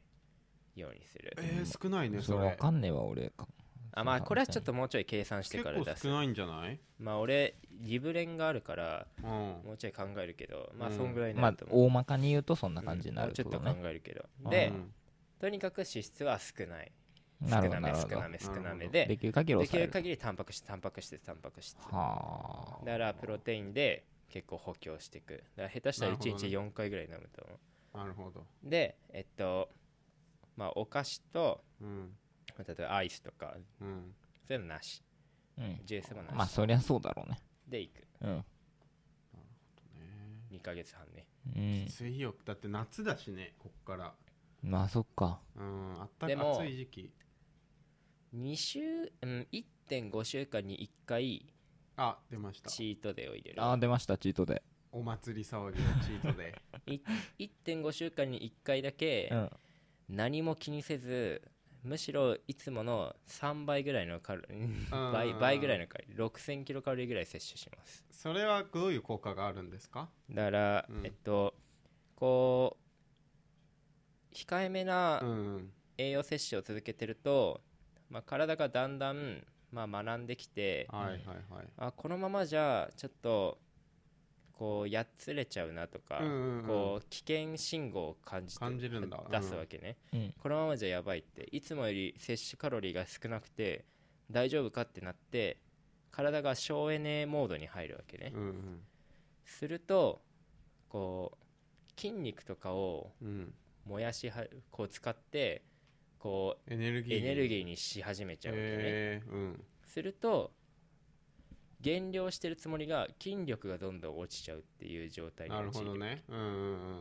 ようにする
えー、少ないね
そ
そ
れわ
れ
かんねえわ、俺か。
あまあこれはちょっともうちょい計算して
結
から
構
出す
少ないんじゃない
まあ俺リブレンがあるから
うん
もうちょい考えるけどまあ
うん
そんぐらいにな
まあ
ると、思う、
大まかに言うとそんな感じにな
う
る
んもうちょ
け
っ
ど
と考
ね。
えるけど、
うん
で
うん
とにかく脂質は少ない
な
少
るほ
な
ど、な
め
るほ
少
ど
な。め少
な
な
るほ
め
ど
で
できる限り
でき
抑え
る
る。
限りタンパク質タンパク質タンパク質
はあ。
だからプロテインで結構補強していくだから下手したら
なるほど
1
ね
日4回ぐらい飲むと思う
なるほど
でえっとまあお菓子と
うん
例えばアイスとか
うん
そういうのなし
うん。
ジュースもなし、
まあそりゃそうだろうね。
でいく
うん。
2ヶ月半ね
うん
き。ついよだって夏だしねこっから
まあそっか。
うんあった
でも
暑い時期
2週うん1.5週間に1回
あ出ました
チートデーを入れる
ああ、出ました、チートで。
お祭り騒ぎのチートで
い1.5週間に1回だけ
うん。
何も気にせずむしろいつもの3倍ぐらいのカロリー 倍倍ぐらいのカロリー6000キロカロリーぐらい摂取します
それはどういう効果があるんですか
だから、
うん
えっとこう控えめ
う
なん栄養摂取を続けてると、まあ、体がだんだん、まあ、学んできて
はいはいはい
あこのままじゃちょっとこうやっつれちゃうなとか、
うんうんうん
こう危険信号を感じて
感じるんだ
出すわけね、
うん。
このままじゃやばいっていつもより摂取カロリーが少なくて大丈夫かってなって体が省エネモードに入るわけね、
うんうん
するとこう筋肉とかを
うん、
燃やしはこう使ってこ
エネル
う
ギー
エネル
ー
ギーにし始めちゃうわけね、
えー、うん
すると減量してるつもりが筋力がどんどん落ちちゃうっていう状態に
なる
陥
ほ
る
どねうんうんうん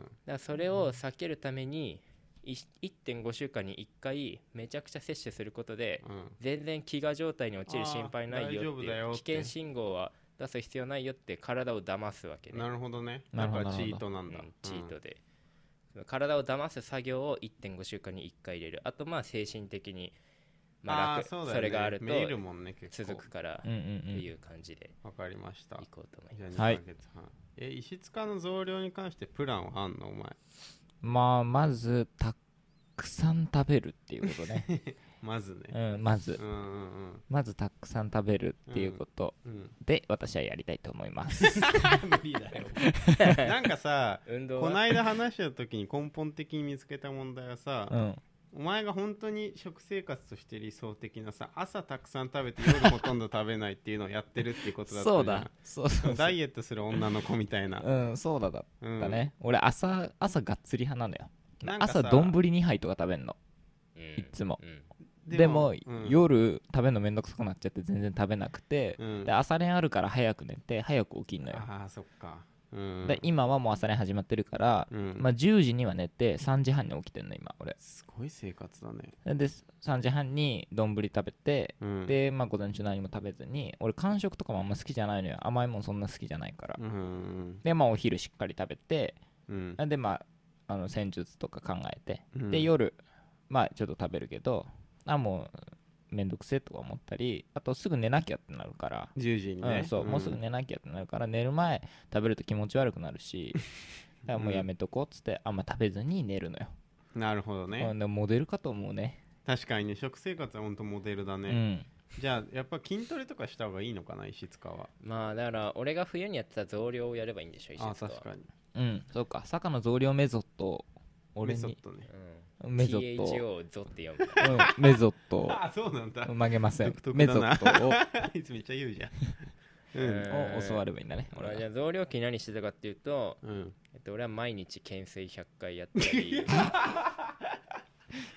だからそれを避けるためにい1.5週間に1回めちゃくちゃ摂取することで
うん
全然飢餓状態に陥る心配ない
あー大丈
よって
夫だ
い
よ
う
っ
危
て
険信号は出す必要ないよって体を騙すわけね
なるほどね
な
だ
るほ
か
ど
らチートな
うん
だ、
んチートで、その体を騙す作業を1.5週間に1回入れるあとまあ精神的にまあ楽
ー
そ
うだよね
れがあると
見えるもんね結構
続くから
うんうん
って
うん
いう感じで
わかりました
いこうと思い
じ
ま
ゃあ
す
2
はい
ヶ月半、え石塚の増量に関してプランはあんのお前
まあまずたくさん食べるっていうこと ね、
まずね
うん、まず
うんうんうん
まずたくさん食べるっていうこと
うん
で私はやりたいと思い ます、
無理だよなんかさ
運動
こ
は
ないだ話した時に根本的に見つけた問題はさ、
うん、
お前が本当に食生活として理想的なさ朝たくさん食べて夜ほとんど食べないっていうのをやってるっていうことだったじゃん
そうだそうそう そ
ダ
う
イエットする女の子みたいな、
うんそうだだっ
うん
たね、俺朝朝がっつり派なのよ
なんかさ
朝丼2杯とか食べんの
うん
いつも
うん
でも
うん
夜食べるのめんどくさくなっちゃって全然食べなくて
うん
で朝練あるから早く寝て早く起きんのよ
ああそっかうん
で今はもう朝練始まってるから
うん
まあ10時には寝て3時半に起きてんの今俺
すごい生活だね
で3時半に丼食べて
うん
でまあ午前中何も食べずに俺間食とかもあんま好きじゃないのよ甘いもんそんな好きじゃないから
うんうん
でまあお昼しっかり食べて
うん
でまああの戦術とか考えて
うん
で夜まあちょっと食べるけどあもうめんどくせえとか思ったりあとすぐ寝なきゃってなるから
10時にね、
うん、そうもうすぐ寝なきゃってなるから寝る前食べると気持ち悪くな るしだからもうやめとこうっつってあんま食べずに寝るのよ、
なるほどね、
うん、でもモデルかと思うね
確かにね食生活は本当モデルだね、じゃあやっぱ筋トレとかした方がいいのかな石塚は
まあだから俺が冬にやってた増量をやればいいんでしょ石
あ
塚は
確かに
うんうんそうか坂の増量メソッドを俺
メソッ
に
ドね
うん
メゾット
THO をゾって読む
うん、メゾット
あそうなんだ
を曲げません
独特
メ
だ
ゾ
な
ットを
いつめっちゃ言 うじゃん
うん
を教わればいいんだね
まあ
俺
じゃ
は
あ増量期何してたかっていうと
うん
えっと俺は毎日懸垂100回やった り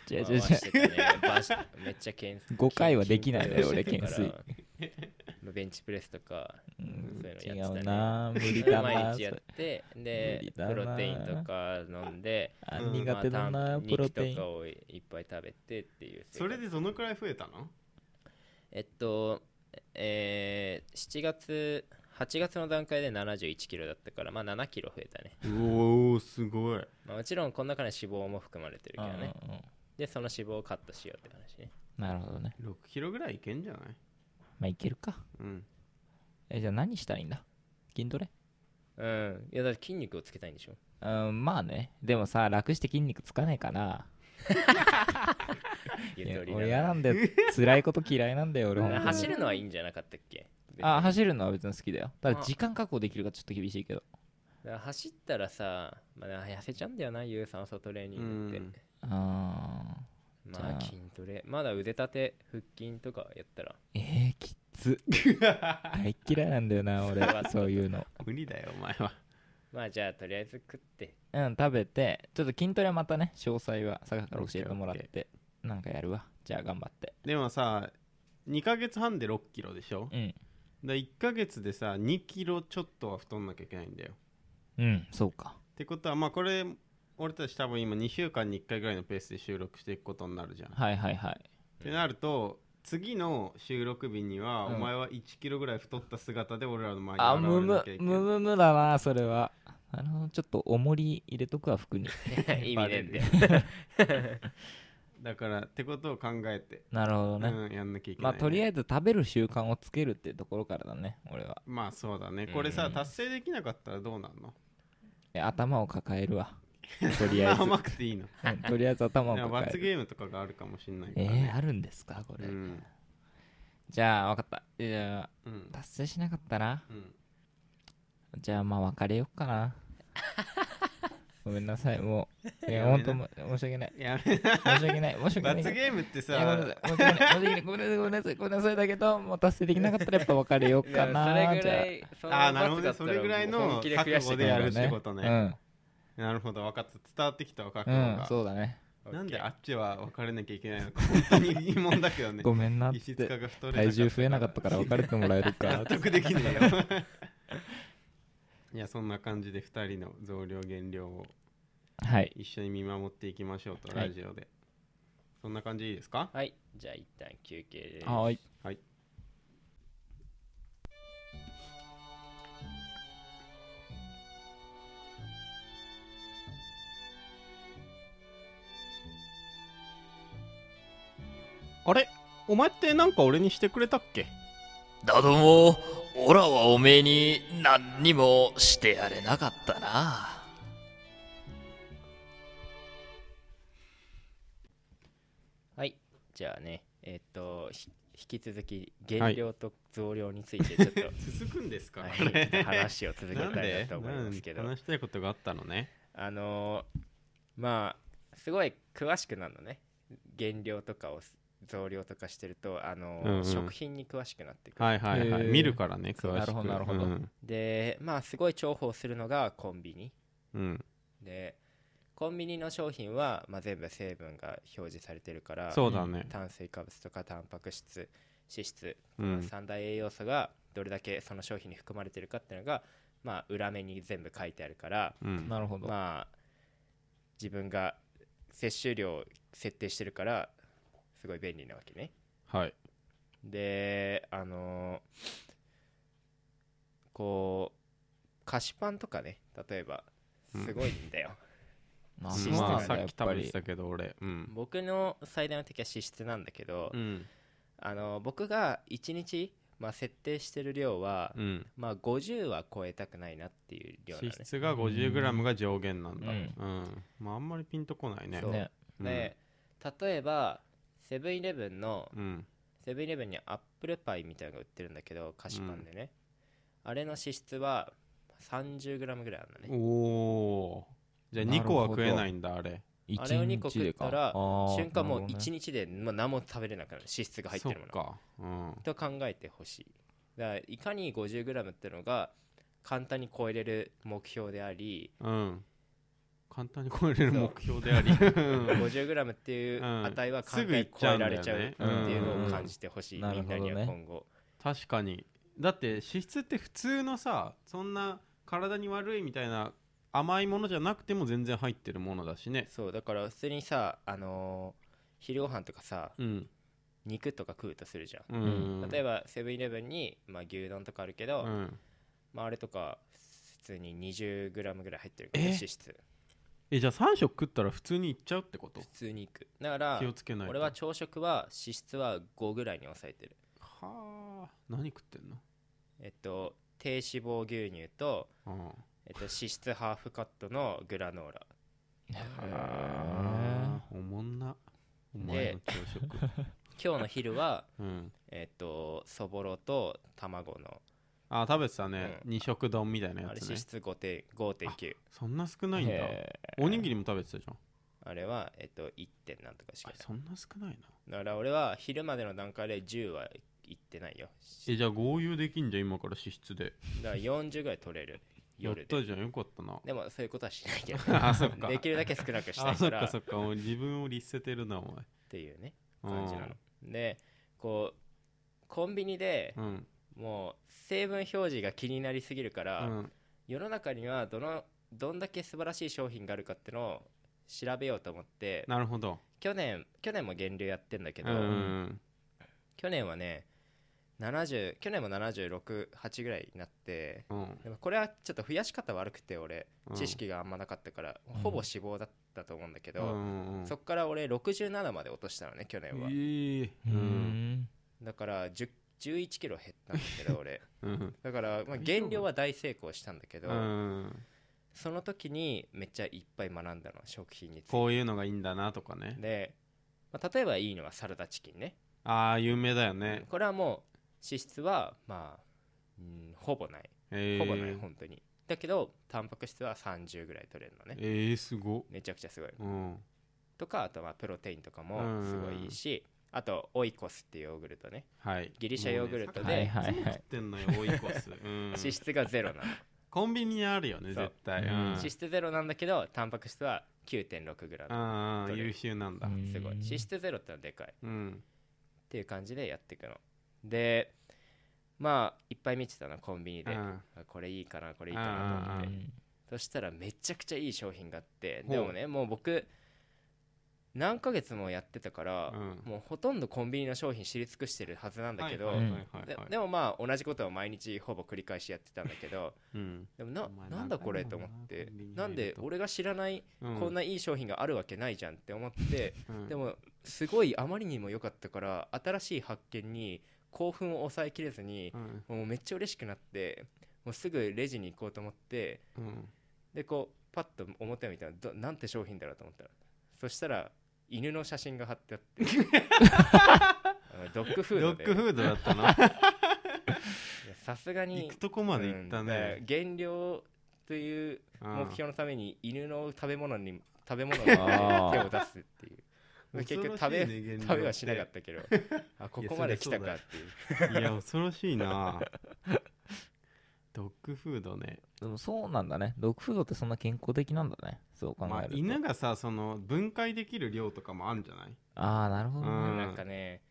違う違う
回
違う
してたねバシめっちゃ懸垂
5回はできないね
筋
俺
筋トレをしてたか
懸
らまあ ベンチプレスとか
うん
そういうの
違
やってたね
うな無理だな
毎
そ
日やっ
れ
て
無
で
理だな
プロテインとか飲んで
あ
うん
苦手だ
まあ
な
タン
プロテイ
肉とか
ン
をいっぱい食べてっていう生活
それでどのくらい増えたの
えっとえー7月8月の段階で7 1キロだったからまあ7キロ増えたね、
おおすごい
まあ、もちろんこの中に脂肪も含まれてるけどね
うんうんうん
でその脂肪をカットしようって話ね
なるほどね
6キロぐらいいけんじゃない
まあいけるか
うん
えじゃあ何したらいいんだ筋トレ
うんいやだって筋肉をつけたいんでしょ
うんまあねでもさ楽して筋肉つかないから
ゆ
いや
とり
俺嫌
な
なんだよ辛いこと嫌いなんだよ俺本当に
走るのはいいん じゃなかったっけ
あ
別に
走るのは別に好きだよただ
あ
時間確保できるかちょっと厳しいけど
だから走ったらさ、まあ、痩せちゃうんだよな有酸素トレーニングって
あじ
ま
ゃ
あ
あ
筋トレまだ腕立て腹筋とかやったら
ーえー、きつ大嫌いなんだよな俺 そういうの
無理だよお前は
まあじゃあとりあえず食って
うん食べてちょっと筋トレはまたね詳細は坂から教えてもらっ
オッ
てなんかやるわじゃあ頑張って
でもさ2ヶ月半で6キロでしょ
うん
だ1ヶ月でさ2キロちょっとは太んなきゃいけないんだよ
うんそうか
ってことはまあこれ俺たち多分今2週間に1回ぐらいのペースで収録していくことになるじゃんっ
はいはいはい
てなると次の収録日には
うん
お前は1キロぐらい太った姿で俺らの前
あ
に
む
現れな
む
きゃいけない
むむむだなそれはあのちょっと重り入れとくわ服に
意味ねえんだよ
だからってことを考えて、
なるほどね、
うん、やんなきゃいけない、
まあ
ね
とりあえず食べる習慣をつけるっていうところからだね俺は
まあそうだねこれさ、
うん
達成できなかったらどうなんの
え頭を抱えるわとり あえず、
甘くていいの
うんとりあえず頭を
いや
抱え
罰
る
ゲームとかがあるかもしんないから、
え
ね
ー、あるんですかこれ、
うん
じゃあ分かったじゃあ
うん
達成しなかったな
うん
じゃあまあ別れよっ かなごめんなさいもういや
やめ
本
な
当も申し訳ない
いやめ な
申し訳ない申し訳な い
罰ゲームって
いやごめん
さ
なさいごめんなさいごめんなさいごめんなさいごめんなさいだけどもう達成できなかったらやっぱ別れようか
だ
な
からそれぐ
じゃ
ら
あ
いその
ああなるほどね
罰
そ
だった
れぐらい
もう
の
本気で増や
覚
してく
悟
れ
でやるってことね
うん
なるほど分かった伝わってきたわ覚
う
悟
ん
が、
そうだね
なんで
OK
あっちは別れなきゃいけないのか本当に疑問だけどね
ごめんなっつ
石
って
塚が太れなかった
体重増えなかったから別れてもらえ るか
納得できねえよいやそんな感じで2人の増量減量を
はい
一緒に見守っていきましょうと
はい
ラジオで、そんな感じいいですか
はいじゃあ一旦休憩です
はい
あれお前ってなんか俺にしてくれたっけ
だども、オラはおめえに何にもしてやれなかったな。
はいじゃあねえっとひ引き続き減量と増量についてちょっと、
続くんですか、
はい
これ
ちょっと話を続けた
なん
いな
で
と思いますけど
なん話したいことがあったのね
あのーまあすごい詳しくなるのね減量とかを増量とかしてると、あのー
うんうん
食品に詳しくなってくる、
はいはいはい、
えー
見るからね詳し
そ
く
うなるほどなるほど
うん
でまあすごい重宝するのがコンビニ
うん
でコンビニの商品は、まあ、全部成分が表示されてるから
そうだね、
炭水化物とかタンパク質脂質、
うん
まあ三大栄養素がどれだけその商品に含まれてるかっていうのが、まあ、裏目に全部書いてあるから、
うん
なるほど、
まあ自分が摂取量を設定してるからすごい便利なわけね
はい
であのーこう菓子パンとかね例えば
うん
すごいんだよ、
ま
う
脂
ん
質
そ
ま
う
あ
な
さ
んだ
っ
やっ
き
ぱ
食べ
り
てたけど俺うん、
僕の最大の敵は脂質なんだけど、
うん
あの僕が1日、まあ、設定してる量は、
うん、
まあ50は超えたくないなっていう量なの
脂
ね
質が 50g が上限なんだ、う
うんん
まああんまりピンとこないね
そう
ね
うん
で例えばセブンイレブンの
うん
セブンイレブンにアップルパイみたいなのが売ってるんだけど菓子パンでね、あれの脂質は 30g ぐらいあるんだね
おおじゃあ2個は
なるほ
食
ど
えないんだあれ
一
あれを2個
日
食っ
で
た
からあー
瞬間もう
なるほど
1
ね
日でまあ何も食べれなくなる脂質が入ってるもの
そっかうん
と考えてほしいだからいかに 50g ってのが簡単に超えれる目標であり
うん簡単に超えれる
そう
目標であり
50g っていう
うん
値は簡
すぐ
単に
行っち
超
ゃう
え
んだ
ら
よね
れちゃうっていうのを感じてほしい、
うんうん
み
うん
んなには
なるほど
今後、
確かにだって脂質って普通のさそんな体に悪いみたいな甘いものじゃなくても全然入ってるものだしね
そうだから普通にさあのー昼ご飯とかさ
うん
肉とか食うとするじゃん
うん、
例え
ば
ばセブンイレブンに、まあ、牛丼とかあるけど、
うん、
まあ、あれとか普通に 20g ぐらい入ってるから
え
脂質
えじゃあ3食食ったら普通にいっちゃうってこと
普通にいくだから
気をつけないと
俺は朝食は脂質は5ぐらいに抑えてる
はあ何食ってんの
えっと低脂肪牛乳と、
うん
えっ と、脂質ハーフカットのグラノーラ
あーおもんなお前の朝食
今日の昼は
うん
えっとそぼろと卵の
あー食べてたね、
う
二食丼みたいな
あ
や
れ
つね
脂質5点5.9
そんな少ないんだ
へ
おにぎりも食べてたじゃん
あれはえっと1点なんとかし
あ
かない
そんな少ないな
だから俺は昼までの段階で10はいってないよ
えじゃあ合流できんじゃん今から脂質で
だから40ぐらい取れる
やっ
夜で
たじゃんよかったな
でもそういうことはしないけど
あ そっか
できるだけ少なくした
あ
い
そ
か
っ
ら
か
っ
そっかもう自分を律せてるなお前
ていうね
うん
感じなのでこうコンビニで
うん
もう成分表示が気になりすぎるか
う
ら、
ん
世の中にはどのどんだけ素晴らしい商品があるかってのを調べようと思って
なるほど
去年去年も減量やってんだけ
う
ど、
ん
去年はね70去年も768ぐらいになって
うん
でもこれはちょっと増やし方悪くて俺
うん
知識があんまなかったから、ほぼ死亡だったと思うんだけ
う
ど、
んうん
そっから俺67まで落としたのね去年は、
いいう
ー
うん
ん
だから1 1キロ減ったんだけ ど俺
うん
だから、まあ、減量は大成功したんだけど、
うん
その時にめっちゃいっぱい学んだの食品について
こういうのがいいんだなとかね
で、まあ、例えばいいのはサラダチキンね
ああ有名だよね
これはもう脂質はまあ、うん、ほぼない
えー
ほぼない本当にだけどタンパク質は30ぐらい取れるのね
えーすごっ
めちゃくちゃすごい
うん
とかあとはプロテインとかも
うん
すごいいいしあとオイコスっていうヨーグルトね
はい
ギリシャヨーグルトで
もうね
はいは
さっ
いはい
きからいつも食ってんのよオイコスうん
脂質がゼロなの
コンビニにあるよね
そう
絶対う
うんん
うん
脂質ゼロなんだけどタンパク質は 9.6g
ああ優秀なんだ
うん
すごい脂質ゼロってのはでかいっ
うん
ていう感じでやっていくのでまあいっぱい見てたのコンビニで
うん
あこれいいかなこれいいかなと思っ
う
て
ん
そしたらめちゃくちゃいい商品があって
ほう
でもねもう僕何ヶ月もやってたから、
うん
もうほとんどコンビニの商品知り尽くしてるはずなんだけど、
はいはいはいはい
で
はい
でもまあ同じことを毎日ほぼ繰り返しやってたんだけ ど
うん
でもな
お前
なんだ
何回も
これ
な
と思って
コンビニ入ると
なんで俺が知らない
うん
こんないい商品があるわけないじゃんって思って、
うん
でもすごいあまりにも良かったから新しい発見に興奮を抑えきれずに
う、ん
もうめっちゃ嬉しくなってもうすぐレジに行こうと思って
うん
でこうパッと表を見たらどなんて商品だろうと思ったらそしたら犬の写真が貼ってあって あのドッグフー
ド
ドで
ッグフードだったな
いやさすがに
行くとこまで行った
う
ね
んだから減量という
うん
目標のために犬の食べ物に 食べ物に手
あー
を出すっていう 結局食べ,、
恐ろしいね減量
食べはしなかったけどあここまで来たかっていう
いや恐ろし いなドッグフードね
でもそうなんだねドッグフードってそんな健康的なんだねそう考
まあ
えると、
犬がさその分解できる量とかもあるん じゃない
ああなるほどね、
うん
なんかね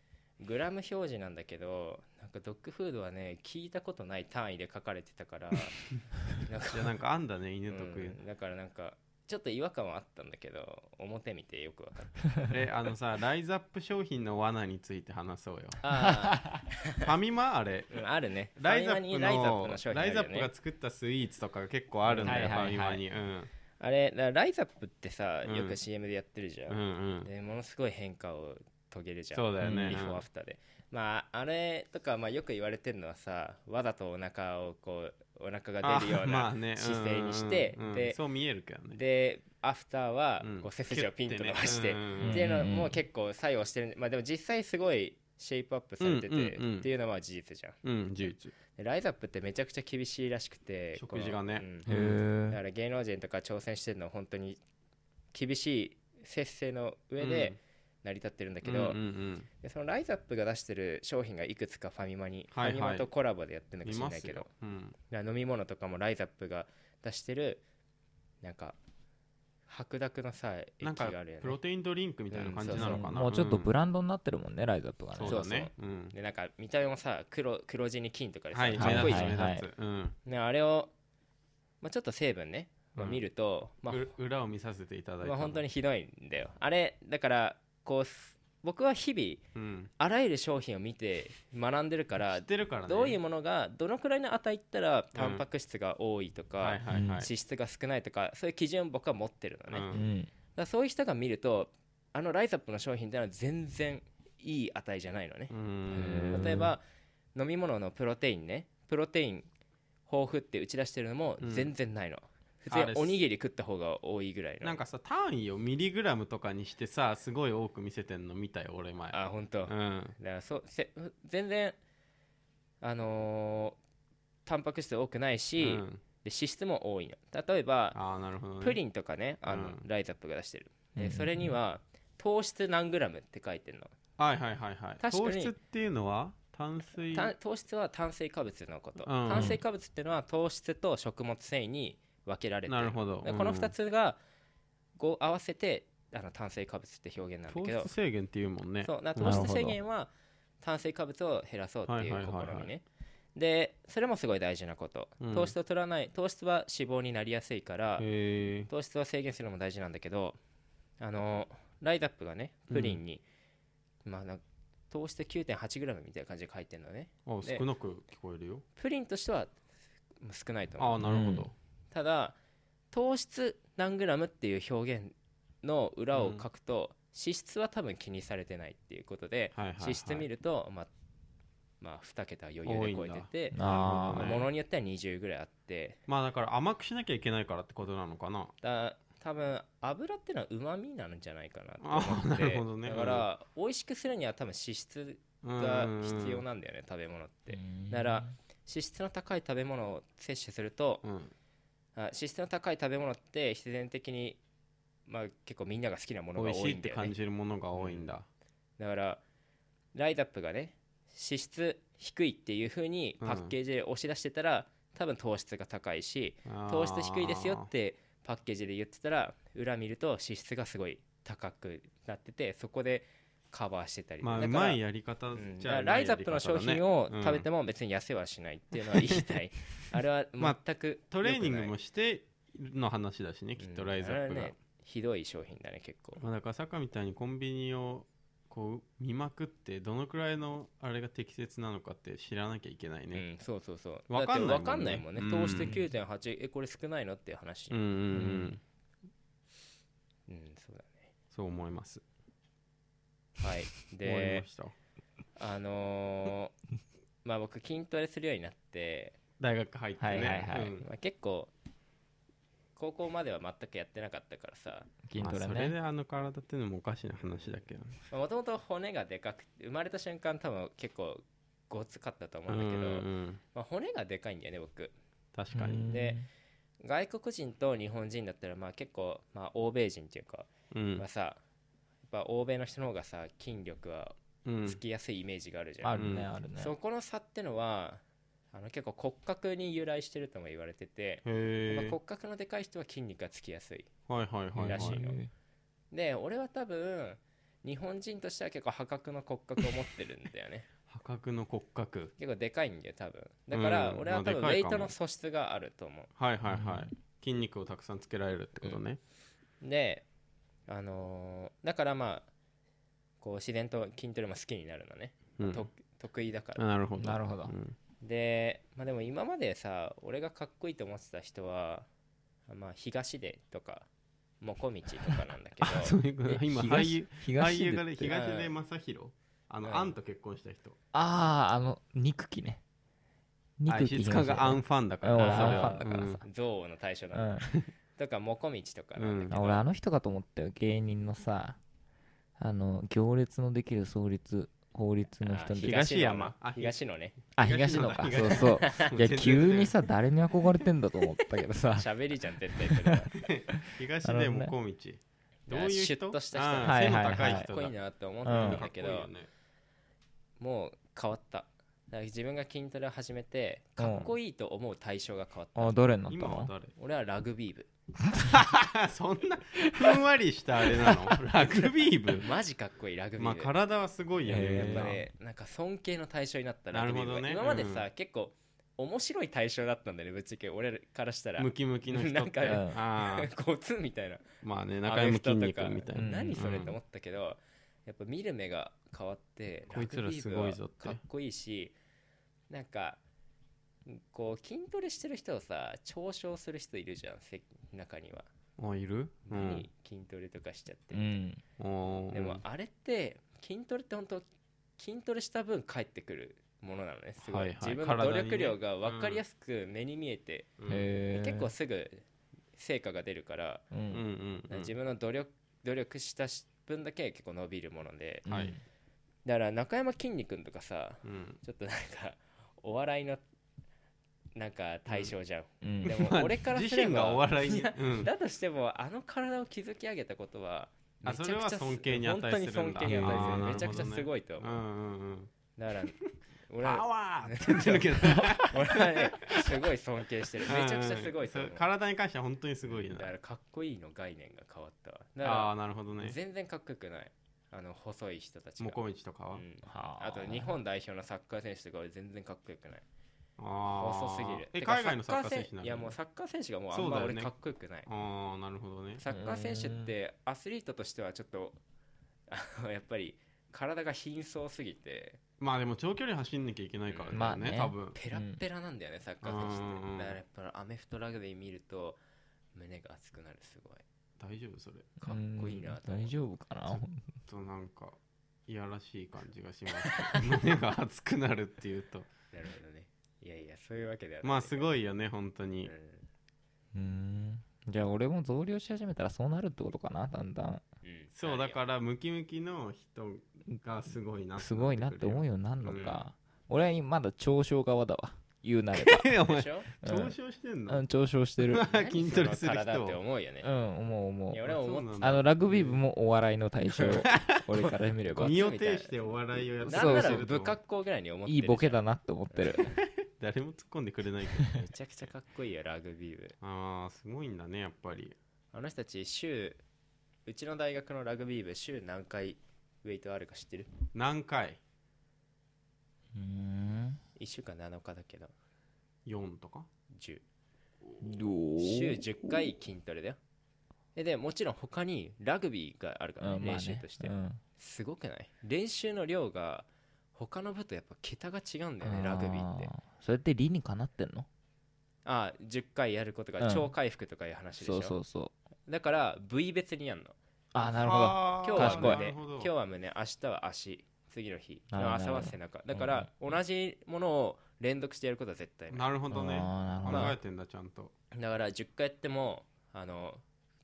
グラム表示なんだけどなんかドッグフードはね聞いたことない単位で書かれてた からなんか
じゃあなんかあんだね犬特有
うんだからなんかちょっと違和感はあったんだけど表見てよくわかる
えあのさライズアップ商品の罠について話そうよ
あ
ファミマあれ
ああるね
ライズアッ
ファミマに
プ
ライズアップ
の
の商品あ
ライ
る
ズア
よ
ップ
ね
が作ったスイーツとかが結構あるんだよ
うん
フ
はい
ァ
はい
ミ
は
マ
い
にうん
あれだからライズアップってさ
うん
よく CM でやってるじゃ
うん
ん、
うん
でものすごい変化を遂げるじゃん
そうだよね
ビフォーアフターで、まああれとか、まあ、よく言われてるのはさわざとお腹をこうお腹が出るような姿勢にして、
で
で
そう見えるけどね
でアフターは
うん
こう背筋をピンと伸ばして、
キュッ
うん
っていうのも結構作用してる、まあ、でも実際すごいシェイプアップされてて、
うんうんうん
っていうのは事実じゃん
うんうん事実
でライズアップってめちゃくちゃ厳しいらしくて
食事がね
このうん
へえ
だから芸能人とか挑戦してるのは本当に厳しい節制の上で成り立ってるんだけど、
うんうんうん
でそのライズアップが出してる商品がいくつかファミマに、
はいはい
ファミマとコラボでやってるのか
い
知ら
ま
ない
す
けど
よう
だ
ん
から飲み物とかもライズアップが出してるなんか白濁のさ液
なん
が
か
あるよ
プロ
ね
テインドリンクみたいな感じなのかな
もうちょっとブ
ラ
ランドになってるもんね、ライズアップがね
そうだねうん
でなんか見た目もさ黒黒地に金とかでさ、
はい
かっこいいじゃん、
は
目
い
立つ目立つうん
ねあれを、まあ、ちょっと成分ね、まあ
うん
見ると、まあ
う裏を見させていただいた
まあ、本当
に、
にひどいんだよあれだからこうす僕は日々
うん、
あらゆる商品を見て学んでるか
知
ら
ってるからね
どういう
も
ものがどのくらいの値いったらタンパク質が多いとか、
はいはいはい、
脂質が少ないとかそういう基準を僕は持ってるのね、
う
だか
うん
らそういう人が見るとあのライザップの商品ってのは全然いい値じゃないのね
う、ん
例えば飲み物のプロテインねプロテイン豊富って打ち出してるのも
うん
全然ないの、普通
あれ
に
っす
おにぎり食った方が多いぐらいの
なんかさ単位をミリグラムとかにしてさすごい多く見せてんの見たよ俺前
あ本当、
う
だか
ん
らそうせ全然あのータンパク質多くないうし、で
ん、
脂質も多いの例えば
ああなるほどね
プリンとかねあの、
うん
ライザップが出してる
うんうん
で
うん
それには糖質何グラムって書いてるの
はいはいはいはい
確か
糖
に
質っていうのは炭水
た糖質は炭水化物のこと、
ん
炭水化物ってのは糖質と食物繊維に分けられて
なるほど
でこの
うん
2つがこう合わせてあの炭水化物って表現なんだ
糖
けど
質制限っていうもんね
そうな
うん
糖質制限は炭水化物を減らそうっていう試み
はい
ね、
はいはいはい
でそれもすごい大事なこと、
うん
糖質を取らない糖質は脂肪になりやすいから
へえ
糖質は制限するのも大事なんだけどあのライダップがねプリンに、まあなんか糖質 9.8g みたいな感じで書いてるのね
あ
で
少なく聞こえるよ
プリンとしてはまあ少ないと思う
ああなるほど、
ただ糖質何グラムっていう表現の裏を書くと、脂質は多分気にされてないっていうことで、
はいはいはい
脂質見るとまあまあ2桁余裕で超えてて
あ
なるほど
ー
ね
ものによっては20ぐらいあって
まあだから甘くしなきゃいけないからってことなのかな
だ多分油ってのはうまみなんじゃないかな
あ
と思って
なるほどね
だから美味しくするには多分脂質が必要なんだよね食べ物ってなら脂質の高い食べ物を摂取すると
うんうんうん
あ脂質の高い食べ物って必然的に、まあ、結構みんなが好きなもの
美
が
味
多
しい
い
っ
ん
て
だよね
感じるものが多いんだ、
だからライザップがね脂質低いっていう風にパッケージで押し出してたら、多分糖質が高いし
あー
糖質低いですよってパッケージで言ってたら裏見ると脂質がすごい高くなっててそこでカバーしてたり
まあ
だ
う
から
まいやり方
うん
じ
だ
ゃ
か
あ
らライザップの商品を食べて
も
も別に痩せはしないっていうのは言いた いあれは
まあ
全く
トレーニング
良くな
も
い
しての話だしねきっ
う
と
ん
ライザップ
あれ
が、
はねひどい商品だね結構
まあ、だから坂みたいにコンビニをこう見まくってどのくらいのあれが適切なのかって知らなきゃいけないね、
うん、そうそうそう
わかんないもんね
だってわかんないもんね
うん
糖質9.8えこれ少ないのっていう話
うん、うんうん
うんうんそうだ
そう思います
ねはい
思い
で
ました
あのーまあ僕筋トレするようになって、
大学入ってね、
はいはいはい
うん
まあ、結構高校までは全くやってなかったからさ
筋トレ
まあそれ
ね
であの体っていうのもおかしな話だけどね
もともと骨がでかくて生まれた瞬間多分結構ごつかったと思
う
うんんだ
う
けど、
ん
まあ、骨がでかいんだよね僕
確か
うん
に
で外国人と日本人だったらまあ結構、まあ、欧米人っていうか、
うん
まあさやっぱ欧米の人の方がさ筋力は
うん
つきやすいイメージがあるじゃん、
あるね
うん
あるね
そこの差ってのはあの結構骨格に由来してるとも言われてて、
へ
まあ
え
骨格のでかい人は筋肉がつきやすい
はいはいはいは
らしい
い
ので俺は多分日本人としては結構破格の骨格を持ってるんだよね
破格の骨格
結構でかいんだよ多分だから
うん
俺は多分ウ
まあ
ェ
で
イ
かいか
ト
も
の素質があると思
はいはいはい筋肉をたくさんつけられるってことね
うであのーだからまあこう自然と筋トレも好きになるのね、
うん
と得意だか
あ
ら
なるほど
なるほど
うん
で、まあ、でも今までさ俺がかっこいいと思ってた人は、まあ、東出とかもこみちとかなんだけ
あそ
ど
ういうこと
え
今
東
俳優俳
東
優
出
が
っ
ね
て
東出正宏あ
う
の
ん
アンと結婚した人
あああの肉器ね
あ
肉器
石塚がアンファンだから
俺
アン
それは
ファ
ンだからさ
憎悪の対象だ、
うん
とかもこみちとかなんだけ
あ
ど、
俺あの人かと思ったよ芸人のさあの行列のできる創立法律の人
あ
で
ひ東山
あ東野ね
あ
東
東野か
東
そ
野
う
だ
そう
うん
い
全
や
然
急にさ誰に憧れてんだと思ったけど さ
喋りじゃん絶対それ は
東出もこみちどういう
シ
人
ュッとした人
あ
な
ー
ん
は
で
い
背の
す
高い
かっ
人
こ
だ
いいなと思ったんだけど、
かっこいいよね
もう変わっただから自分が筋トレを始めてかっこいいと思う対象が変わった、
あ誰になった
今は
の
誰
俺はラグビー部
あそんなふんわりしたあれな のラグビー部
マジかっこいいラグビー
まあ
部、
体はすごいよ
え
ね
ー
やっ
やっぱ
ぱ
ね
ねなんか尊敬の対象になったラグビー部が、
なるほどね
今までさ、
う
結構面白い対象だったんだよねぶっちゃけ俺からしたら
ムキムキの人
な
っ
ん
て
か
ね
あー
ゴツみたいな
まあね中山筋肉みたい
うん
な
何それ
うん
と思ったけど、やっぱ見る目が変わって
こいつらすごいぞって
ラグビー部はかっこいいしなんかこう筋トレしてる人をさ嘲笑する人いるじゃんせ中には、
あいるうん
何筋トレとかしちゃって、
うん
おー
でもあれって筋トレって本当筋トレした分返ってくるものなのねすごい、
はいはい
自分の努
体に
力
ね
量が分かりやすく目に見えて、
うん
へー
結構すぐ成果が出るから
う
う
ん
ん
うんうん
自分の努力努力したし分だけ結構伸びるもので
うん
はい
だから中山きんに君とかさ
うん
ちょっとなんかお笑いのなんか対象じゃん、
うん
でも
まあ
俺からす
自
れば
身がお笑いに
や
う ん
だとしてもあの体を築き上げたことは
あ
めちゃくちゃ
それは尊敬に値するんだ
本当に尊敬に値す
あ
る
ーなるほどね
めちゃくちゃすごいと思
う
う、
んうんうん
だ から俺
パ
は
ワーって言ってるけど
俺はねすごい尊敬してるめちゃくちゃすごいと思う
そう体に関しては本当にすごい
だか
な
らかっこいいの概念が変わったわだ
ああ
か
ーなるほど
ら
ね
全然かっこよくないあの細い人たちが
もこみちとか
う
は
ん
は
あと日本代表のサッカー選手とか俺全然かっこよくない
あー
細すぎる
え
てか
海外のサッカー選手なの
いやもうサッカー選手がもうあ
そ
ん
うだ
ま
よ
俺
ね
かっこよくない
ああなるほどね
サッカー選手ってアスリートとしてはちょっとあのやっぱり体が貧相すぎて
まあでも長距離走んなきゃいけないからね,、
まあね
多分
ペラッペラなんだよね、サッカー選手っ
うんうんう
て
ん
だからやっぱアメフトラグビー見ると胸が熱くなるすごい
大丈夫それ
かっこいいなと
うん
思う
大丈夫かな
ちょっとなんかいやらしい感じがしますけど 胸が熱くなるっていうと
なるほどねいやいやそういうわけではない
まあす
い、
ごいよね本当
う
に
ん
うんじゃあ俺も増量し始めたらそうなるってことかなだんだん
うん
そうだ
ら
からムキムキの人がすごいな
すごいなって思 う
よ
ようになるのか、俺は今まだ嘲笑側だわ言うなれ
お
で
前
しょ
ば、
調子をしてん
うん、う
の
ん嘲笑してる
何
筋トレす
そ
る
の体
人
って
を
思うよね
う、ん思う思う
いや俺は思って
そうな
あ
んだ
のラグビー部もお笑いの対象俺から見れ ば
ゴミ
身を挺してお笑いをやって
なんなら
ると思う
不格好ぐらいに思って
い
る
いボケ
だ
だなって思ってる
誰も突っ込んでくれないけど
めちゃくちゃかっこいいよラグビー部
ああすごいんだねやっぱり
あの人たち週うちの大学のラグビー部週何回ウェイトあるか知ってる
何回
うーん
?1 週間7日だけど
4とか
10
どう
週10回筋トレだよえでもちろん他にラグビーがあるから、ね練習として、
うん
すごくない練習の量が他の部とやっぱ桁が違うんだよねラグビーって
あそれって理にかなってんの
ああ10回やること
う
が
ん
超回復とかいう話でしょ、
そうそうそう
だから部位別にやんの
あーなるほど
あー
今日は
賢い
胸
なるほど
今日は胸明日は足次の日
なるほど
朝は背中だから同じものを連続してやることは絶対ない
なるほどね
あー
考
なるほ
ま
えてんだちゃんと
だから10回やってもあの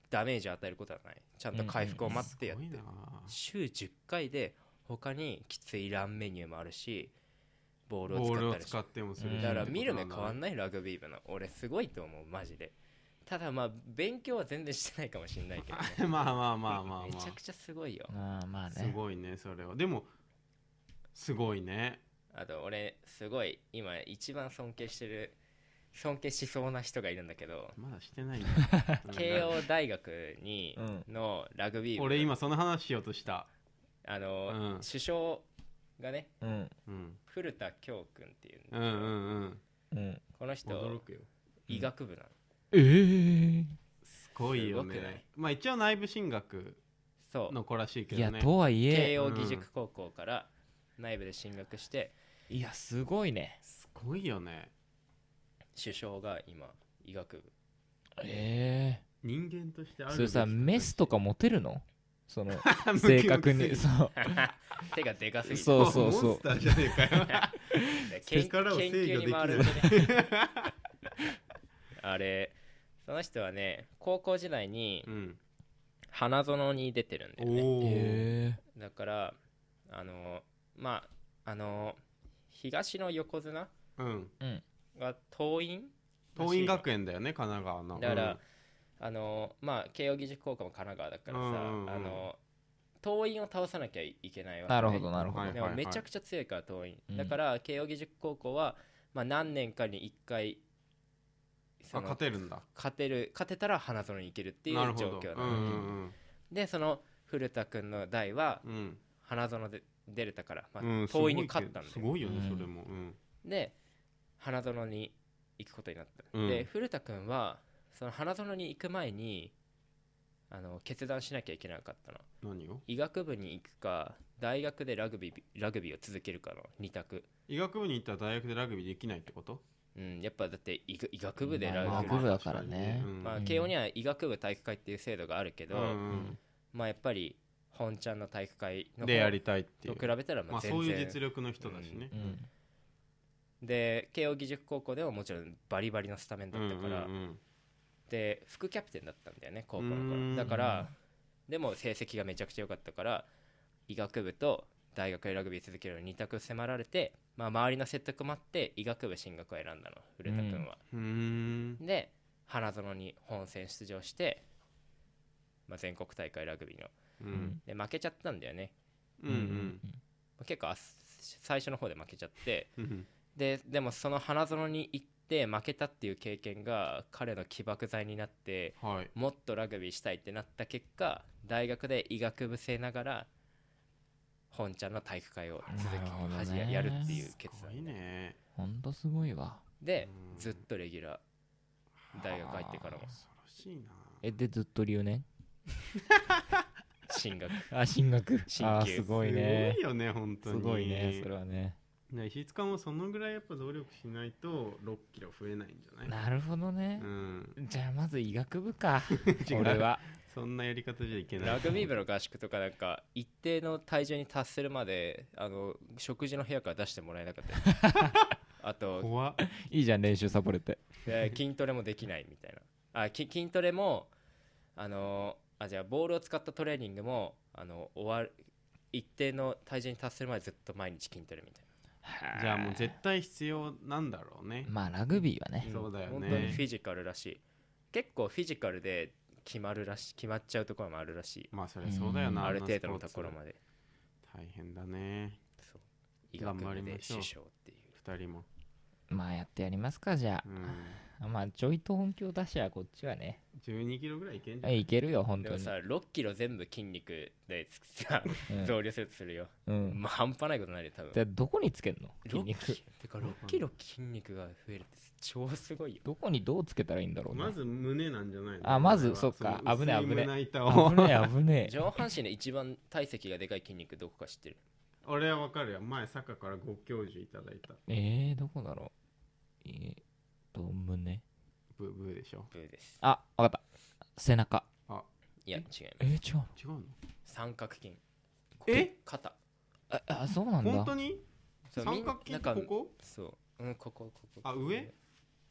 ダメージを与えることはないちゃんと回復を待ってやって、
すごいな
週10回で他にきついランメニューもあるしボールを
ボー
使っ
ルを
たりし
使ってもす
う
る
ん
だから見る目変わ
い
んないラグビー部の俺すごいと思うマジでただまあ勉強は全然してないかもしれないけどね
まあ まあまあまあま
めちゃく
あ
ちゃすごいよ
あーまあ
す
ね
ごいねそれはでもすごいね
あと俺すごい今一番尊敬してる尊敬しそうな人がいるんだけど
まだして ないんだ
慶応大学に
うん
のラグビー部
俺今その話しようとした
あの、
うん
首相がね
うん
うん
古田恭君っていう、
うんうんうん
うん
この人
驚くよ
医学部なの、
ええ
すごいよ
すごくない
ねまあ一応内部進学
そう
の子らしいけ
いや
どね
とはい
慶
え
応義塾高校から内部で進学して、
いやすごいね
すごいよね
首相が今医学部
ええ
人間としてある
そ れさメスとか
も
モテるのその正確にそう
手がでかすぎて
そうそうそう
モンスターじゃねえかよ
で研
力を
研
制
究
御
に回るん
で
でね あれその人はね高校時代に
うん
花園に出てるんだ
お
よね
お
え
だからあのまああの東の横綱
うん
が桐蔭
桐蔭学園だよね神奈川の
だから、
うん
あのまあ慶応義塾高校も神奈川だからさ、
うんうんうん
あの桐蔭を倒さなきゃいけないわけ、ね、
なるほどなるほ
は
ど
い
でもめちゃくちゃ強いから桐蔭、
うん
だから慶応義塾高校は、まあ、何年かに1回そ
あ
の
勝てるんだ
勝てる勝てたら花園に行けるっていう
なるほ
状
ど
況
う
なんの
うん
でその古田君の代は
うん
花園で出れたから、まあ
うんうん
桐蔭に勝ったん
す
だよ
ごいけどすごいよね
うん
それもうん
で花園に行くことになった、
うん
で古田君はその花園に行く前にあの決断しなきゃいけなかったの
何を
医学部に行くか大学でラグビーラグビーを続けるかの2択
医学部に行ったら大学でラグビーできないってこと
うんやっぱだって医学医学部でラ
まあ
グビ
学
ー
部だからね
うん
ま
う
あ
ん
慶応には医学部体育会っていう制度があるけど、
うん
まあやっぱり本ちゃんの体育会
う
の
ん
方
でやりたいってい
と
う
比べたらま
ま
あ
あ
全
そういう
然
実力の人だしね
うん
で慶応義塾高校ではもちろんバリバリのスタメンだったから、
うんうんうん
で副キャプテンだったんだよね高校の
うー
頃
ん
だからでも成績がめちゃくちゃ良かったから医学部と大学でラグビー続けるの2択迫られて、まあ、周りの説得もあって医学部進学を選んだの古田君は、
うーん
で花園に本戦出場して、まあ、全国大会ラグビーの
う
うん
で負けちゃったんだよね
うんうん
まあ結構あっ最初の方で負けちゃって
うん
ででもその花園に行って負けたっていう経験が彼の起爆剤になって
はい
もっとラグビーしたいってなった結果大学で医学部生ながら本ちゃんの体育会を続
なるほど
き
ね
始めやるっていう決
すごい
断
ね
ほんとすごいわ
で
うん
ずっとレギュラー大学入ってからも
恐ろしいな
えでずっと留年
進 学
あ進学
進級
あーすごいね
すごいよね本当
す
に
ごいねそれはね
ね石塚もそのぐらいやっぱ努力しないと6キロ増えないんじゃない
なるほどね
うん
じゃあまず医学部か
違う
俺は
そんなやり方じゃいけない
ラグビー部の合宿とかなんか一定の体重に達するまであの食事の部屋から出してもらえなかったり あと
怖っ
いいじゃん練習サボれて
で筋トレもできないみたいなあき筋トレもあのあじゃあボールを使ったトレーニングもあの終わる一定の体重に達するまでずっと毎日筋トレみたい
じゃあもう絶対必要なんだろうね
まあラグビーはね
な
そうだよね
ん本当にフィジカルらしい結構フィジカルで決まるらしい決まっちゃうところもあるらしい
まあそれそうだよな
あ
ん
る
な
程度のと
ス
こ
ポー
ろ
ツ
まで
大変だね
そう医学
頑張
部
り
で
ましょう
師匠っていう
二人も
まあやってやりますかじゃ
うん、
あまあちょいと本気を出しゃこっちはね
12キロぐらいいけんじゃん、
いけるよ本
で
当
も
に
さ6キロ全部筋肉でつさ
うん
増量するとするよ、
うん
まあ半端ないことになるよ多分
じゃあどこにつけんの筋
6
肉
キてか6キロ筋肉が増えるって超すごいよ
どこにどうつけたらいいんだろうね
まず胸なんじゃないの
あまず
俺は
そっか
の
危ねえ
薄い
危ねえ
胸板を
危ねえ危ねえ
上半身で一番体積がでかい筋肉どこか知ってる
俺はわかるよ前坂からご教授いただいた
えー、どこだろうえーっと胸
ブーブーでしょ
ブーです
あわかった背中
あ
いや違います
えー、違うの
違うの
三角筋
え
肩
ああそうなんだ
本当に
そうみ
三
ん
角筋
な
っ
んか
てここ
そううんここここ
あ上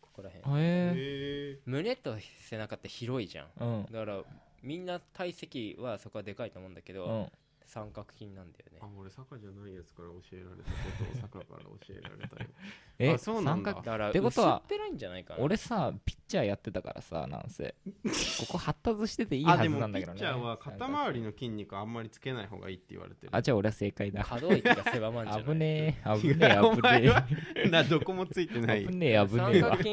ここらへん
へえ
へえ
胸と背中って広いじゃん
うん
だからみんな体積はそこはでかいと思うんだけど、
うん
三角筋なんだよね
あ俺坂じゃないやつから教えられたことを坂から教えられたよ
え
あそうなんだ
三角
だから
ってことは
薄っぺらいんじゃないかな
俺さピッチャーやってたからさなんせここ発達してていいは
あ
ず
でも
なん
ピ
だけど
ッ
ね
チャーは肩周りの筋肉あんまりつけない方がいいって言われてる
あじゃあ俺は正解だ
可動域が狭まんじゃない
危ねえ危ねえ
お
危
前
ね
は などこもついてな
え
い
危ねえ危ね
三
え
角
わ
筋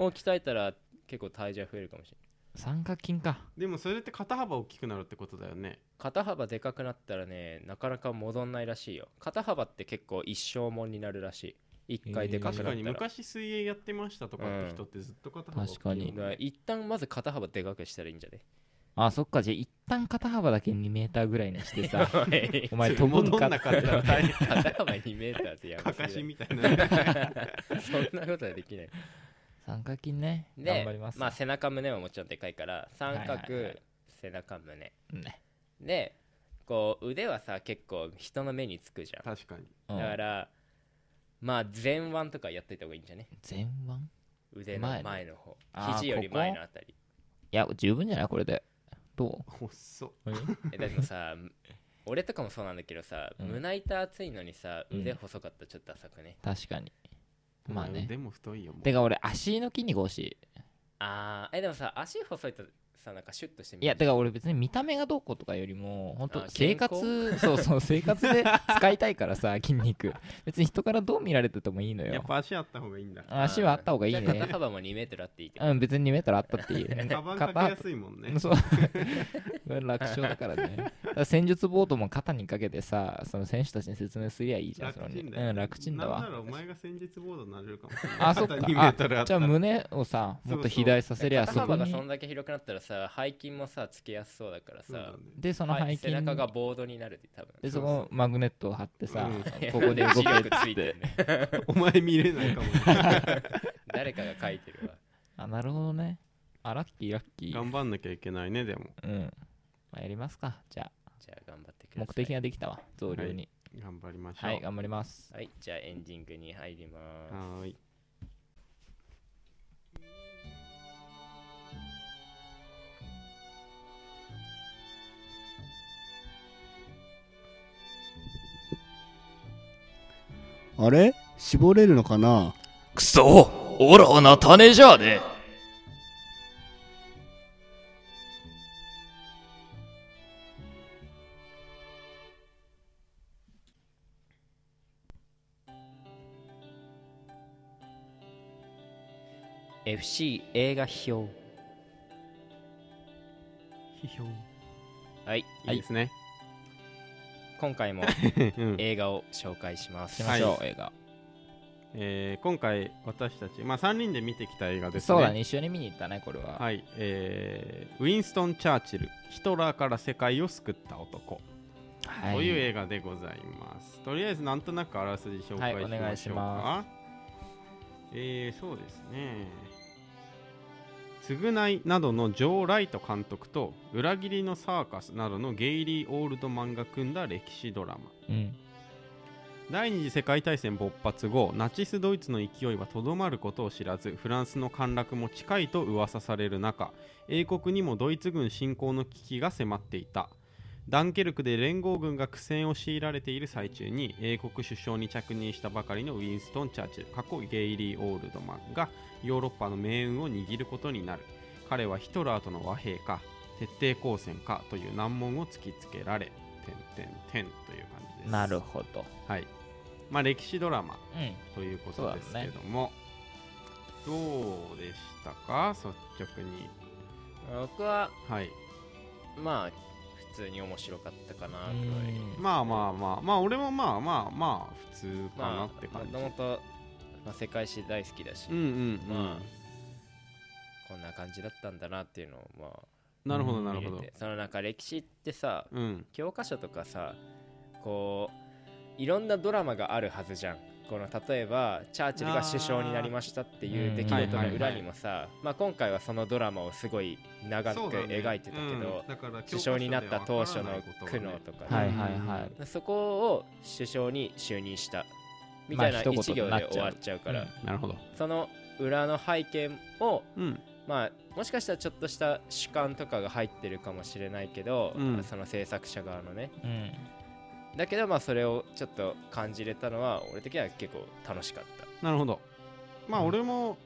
を鍛えたら結構体重は増えるかもしれない
三角筋か
でもそれって肩幅大きくなるってことだよね
肩幅でかくなったらねなかなか戻んないらしいよ肩幅って結構一生もんになるらしい一回でかくな
確
っ
かに
たら,、
昔水泳やってましたとかって人ってずっと肩幅大きい
確かに
よね
一旦まず肩幅でかくしたらいいんじゃ ね
あそっかじゃあ一旦肩幅だけ2メーターぐらいにし てさお前飛ぶ
戻
ん
ん
か
なかったら大変
肩幅2メーターってや
か
ば
か
す
し
ぎ
みたい な
だそんなことはできない
三角筋ね
で
頑張ります
まあ背中胸はもちろんでかいから三角、
はいはいはい
背中胸
ね
でこう腕はさ結構人の目につくじゃん
確かに
うん
だから、まあ前腕とかやっといた方がいいんじゃね
前腕
腕の前
前
の方
あー
肘より
ここ
前のあたり
いや十分じゃないこれでど
細っ
う
えだけどさ 俺とかもそうなんだけどさ、
うん
胸板厚いのにさ
うん
腕細かったらちょっと浅くね、
確かにまあね
でも太いよもう
てか俺足の筋肉欲しい
あーえでもさ足細いとさなんかシュッとして見
い
え
や
るじ
だから俺別に見た目がどうこうとかよりも本当
あ
生活 そうそう生活で使いたいからさ 筋肉別に人からどう見られててもいいの
やっ
よ
ぱ足あった方がいいんだ
ゃん
足はあった方がいい
じゃあ肩
ね
幅も2メートルあっていいってこと
うん別に2メートルあったっていう
カバンかけやすいもんね
そう楽勝だか らねだから戦術ボートも肩にかけてさその選手たちに説明すりゃいいじゃんその
楽ちんだ
う
よ
ん、楽ちんだ
なんな
わ
らお前が戦術ボードになれるかもしれない
あそっか
肩2メートルあ
あ
っ
じゃ
た
あ
ら
胸をさもっと肥大させりゃ
肩
そこ
幅がそん
に
だけ広くなったらさ背筋もさつけやすそうだから
そうだ
さ
ね
でその
は
背
い
筋
背中がボードになるって多分
でそこマグネットを貼ってさ
うん
ここで 動
視
ける
力ついてるね
お前見れないかもね
誰かが書いてるわ
あなるほどねあラッキーラッキー
頑張んなきゃいけないねでも
うん、まあ、やりますかじゃあ
じゃあ頑張ってください
目的ができたわ増量に
頑張りましょう
はい、頑張ります
はいじゃあエンディングに入ります
はーい
あれ絞れるのかな
くそオラな種じゃね
い FC 映画表はい、
いいですね
今回も
うん
映画を紹介します
し。ましょう、映画
えー今回私たちまあ3人で見てきた映画ですね
そうだね一緒に見に行ったねこれは、
はい、えーウィンストン・チャーチル「ヒトラーから世界を救った男」
はい
という映画でございますとりあえずなんとなくあらすじ紹介しましょうか、
はいお願いしま
えーそうですね償いなどのジョー・ライト監督と裏切りのサーカスなどのゲイリー・オールドマンが組んだ歴史ドラマ
うん
第二次世界大戦勃発後ナチスドイツの勢いはとどまることを知らずフランスの陥落も近いと噂される中英国にもドイツ軍侵攻の危機が迫っていたダンケルクで連合軍が苦戦を強いられている最中に英国首相に着任したばかりのウィンストン・チャーチル過去ゲイリー・オールドマンがヨーロッパの命運を握ることになる彼はヒトラーとの和平か徹底抗戦かという難問を突きつけられ点点点という感じです
なるほど
はい、まあ、歴史ドラマ
うん
ということですけども、どうでしたか率直に
僕は
はい
まあ普通に面白かったかなぐらい
まあまあまあまあ俺もまあまあまあ普通かな
ま
って
あも
感じ、
ともとまあ世界史大好きだし、
うんうんうん、
まこんな感じだったんだなっていうのをまあ
なるほどなる
見れ
ほど
てそのなんか歴史ってさ
うん
教科書とかさこういろんなドラマがあるはずじゃんこの例えばチャーチルが首相になりましたっていう出来事の裏にもさまあ今回はそのドラマをすごい長く
そうだね
描いてたけど、
うんだから
首相になった当初の苦
教科書では
悩
わ
とかね、
はいはいはい
そこを首相に就任したみたいな
ま
一
あ一言
行
になっ
で終
ちゃう
わっちゃうから、
うん
からんないことがねなるほど
その裏の背景を
うん
まあもしかしたらちょっとした主観とかが入ってるかもしれないけど、
うん
その制作者側のね
うん
だけどまあそれをちょっと感じれたのは俺的には結構楽しかっ、
なるほどまあ
うん
俺も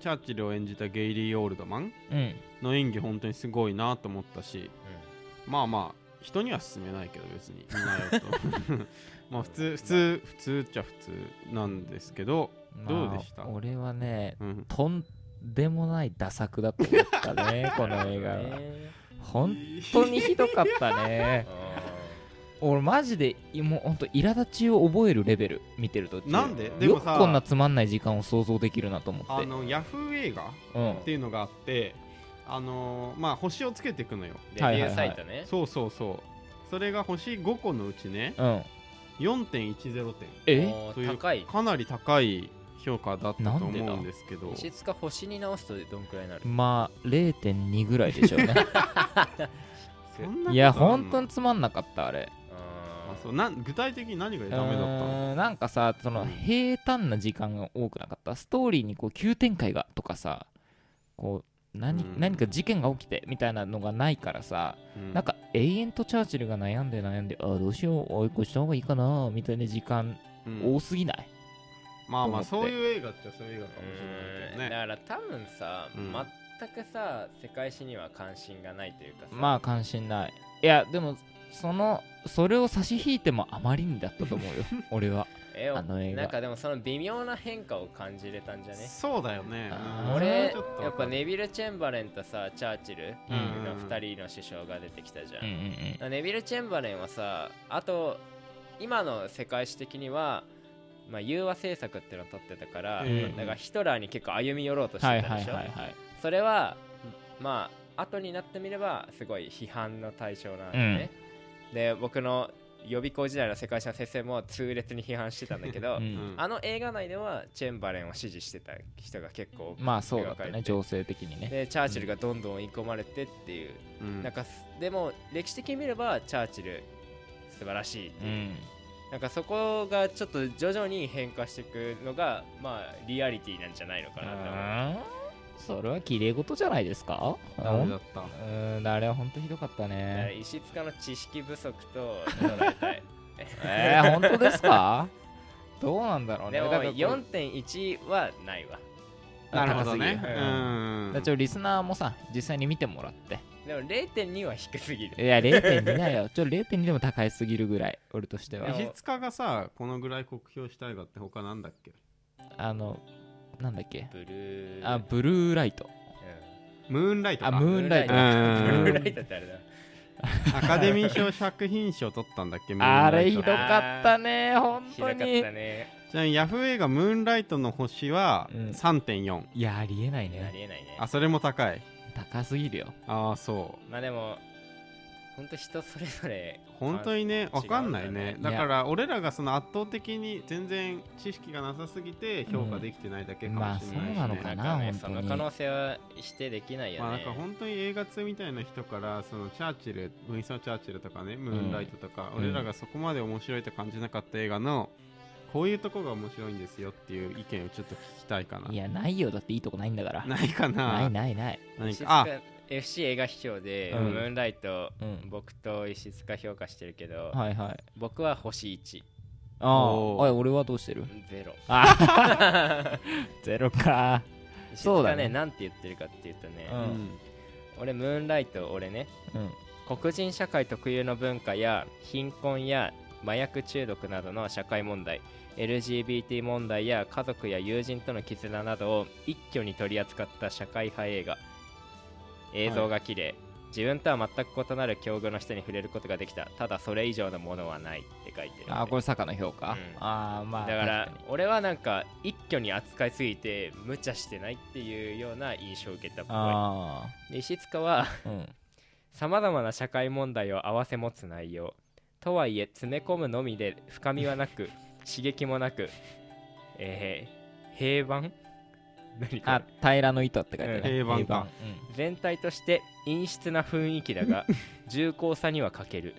チャーチルを演じたゲイリー・オールドマン
うん
の演技本当にすごいなと思ったしたまあまあ人には勧めないけど別にみんなやるとまあ普通普通普通っちゃ普通なんですけどどうでした
まあ俺はね
うん
とんでもないダ作だと思った ねこの映画
ね
は本当にひどかったね俺マジでもう本当苛立ちを覚えるレベル見てると
なんでで
よ
も
くこんな
さ
つまんない時間を想像できるなと思っ
あ
て
のヤフー映画
うん
っていうのがあってあのーまあ星をつけていくのよ
レビューサイトね、
そうそうそうそれが星5個のうちね
うん
4.10点
え
もう
という
高い
かなり高い評価だったと
なんでだ
思うんですけど
石塚星に直すとどんくらいになる
まあ0.2ぐらいでしょう ね
そんなことあんの
いや本当につまんなかったあれ
あ
あそうなん具体的に何がダメだったの
うーんなんかさその平坦な時間が多くなかったストーリーにこう急展開がとかさこう何,、
うん
何か事件が起きてみたいなのがないからさ、
うん
なんか永遠とチャーチルが悩んで悩んであーどうしよう追い越した方がいいかなみたいな時間
うん
多すぎない、
まあまあ
と
そう
思って
いう映画っちゃそういう映画かもしれないけ
う
ど
んだ
ね
から多分さ、
うん
全くさ世界史には関心がないというかさ
まあ関心ないいやでもそのそれを差し引いてもあまりにだったと 思うよ俺は
え
あの映画
なんかでもその微妙な変化を感じれたんじゃね
そうだよね
あー
俺
ちょっと
やっぱネビル・チェンバレンとさチャーチル
うん
の2人の首相が出てきたじゃん
うん、うん
だからネビル・チェンバレンはさあと今の世界史的には、まあ、融和政策っていうのを取ってたから、
うん
だからヒトラーに結構歩み寄ろうと
うん
してた
は
で
い
しょ、
はいはいはい
それはまあ後になってみればすごい批判の対象なんでね、で僕の予備校時代の世界史の先生も痛烈に批判してたんだけど、
う
うんん
あの映画内ではチェンバレンを支持してた人が結構多く
まあそうだっ
描か
た
れ
ね
て
情勢的にね
でチャーチルがどんどん追い込まれてっていう、
うん
なんかすでも歴史的に見ればチャーチル素晴らしいって
う
いう、
ん
なんかそこがちょっと徐々に変化していくのがまあリアリティなんじゃないのかなって思う
それは綺麗事じゃないですか
ダメだった
うんあれは本当ひどかった
だから
ね
石塚の知識不足と捉えた い
えー、本当です かどうなんだろうね
でも
だからこう
4.1はないわ
なるほどね
高すぎ
う
る
ん
だからちょっとリスナーもさ実際に見てもらって
でも0.2は低すぎる
いや0.2だよちょっと0.2でも高いすぎるぐらい俺としては
でも
石塚がさこのぐらい酷評した映画って他なんだっけ
あのなんだっけ
ブルー
あブルーライト
う
ムーンライトか
あムーンライト
ム
うん
んブルーライトってあれだ
アカデミー賞作品賞取ったんだっけムーン
あ
ラ
れ
イ
ひ
ト
ど
って
かったね本
ひど
当
かった
に
ね
ちなみにヤフー映画ムーンライトの星は
うん
3.4、
いやありえない
あ
ね
りえないね
あそれも高い
高すぎるよ
ああそ
まあでも本当人それぞれ
う本当にね
あ
分かんない
違
ね
うん
だ
だ
ね
から俺らがその圧倒的に全然知識がなさすぎて評価できてないだけかもしれないし、ね
うんまあそうなの
な
か
んかね
本当
そ
に
の可能性は否定できないよ
まあ、なん
ね
か本当に映画通みたいな人からそのチャーチルウィンソン・チャーチルとかねムーンライトとか、
うん
俺らがそこまで面白いと感じなかった映画のこういうとこが面白いんですよっていう意見をちょっと聞きたいかない
やないよだっていいとこないんだから
ないかな
ないないない
何
石
か
塚
あ
FC 映画批評で、
うん
ムーンライト、
うん
僕と石塚評価してるけど、
はいはい
僕は星1
ああ
おー
おい俺はどうしてる
ゼロ
ゼロか
石
そう
塚
だ
ね
ね
なんて言ってるかっていうとね、
うん
俺ムーンライト俺ね
うん
黒人社会特有の文化や貧困や麻薬中毒などの社会問題 LGBT 問題や家族や友人との絆などを一挙に取り扱った社会派映画映像が綺麗、自分とは全く異なる境遇の人に触れることができたただそれ以上のものはないって書いてるんで
あーこれ坂の評価、
うん
ああまあ
だから
確に
俺はなんか一挙に扱いすぎて無茶してないっていうような印象を受けたっぽ
あ
いで石塚は
あうん
さまざまな社会問題を併せ持つ内容とはいえ詰め込むのみで深みはなく刺激もなく、えー平板何
あ
か
平の糸って書いてある、ね
うん平板か
全体として陰湿な雰囲気だ が重厚さには欠ける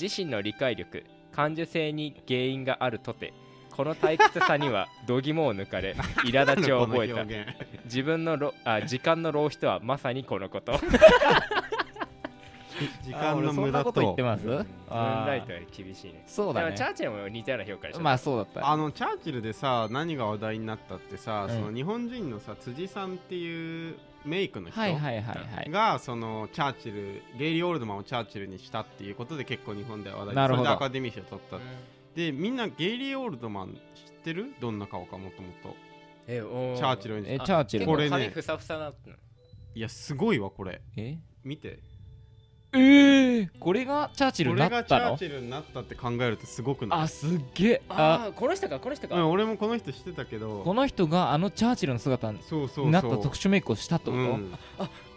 自身の理解力感受性に原因があるとてこの退屈さには度肝を抜か れ苛立ちを覚えた
えた
自分のろあ時間の浪費とはまさにこのこと
時
時
間の無駄
そんなこと言って
と
ます、
ムー
あ
ン
ー
ライトは厳しいね
そう
で
だ
もチャ
ね
ーチルも似たような評価でしょ
まあそうだった
あのチャーチルでさ何が話題になったってさ、
うん
その日本人のさ辻さんっていうメイクの人、
はいはいはいはい
がそのチャーチルゲイリー・オールドマンをチャーチルにしたっていうことで結構日本では話題
なる
そ
ほど
れでアカデミー賞取った
うん
でみんなゲイリー・オールドマン知ってるどんな顔かもともと
えお
チャーチ
ル
ルに
えチャーチル
こ
こ
れ
れね
髪ふさふさなってんの
いやすごいわこれ
え
見て
えー、これがチャーチル
こ
にな
れ
っ
がチ
た
ャー
の
チルになったって考えるとすごくない
あすっげえあ
ああこの人かこの人
うん
か
俺もこの人知ってたけど
この人があのチャーチルの姿に
そうそうそう
なった特殊メイクをしたってこと、
うん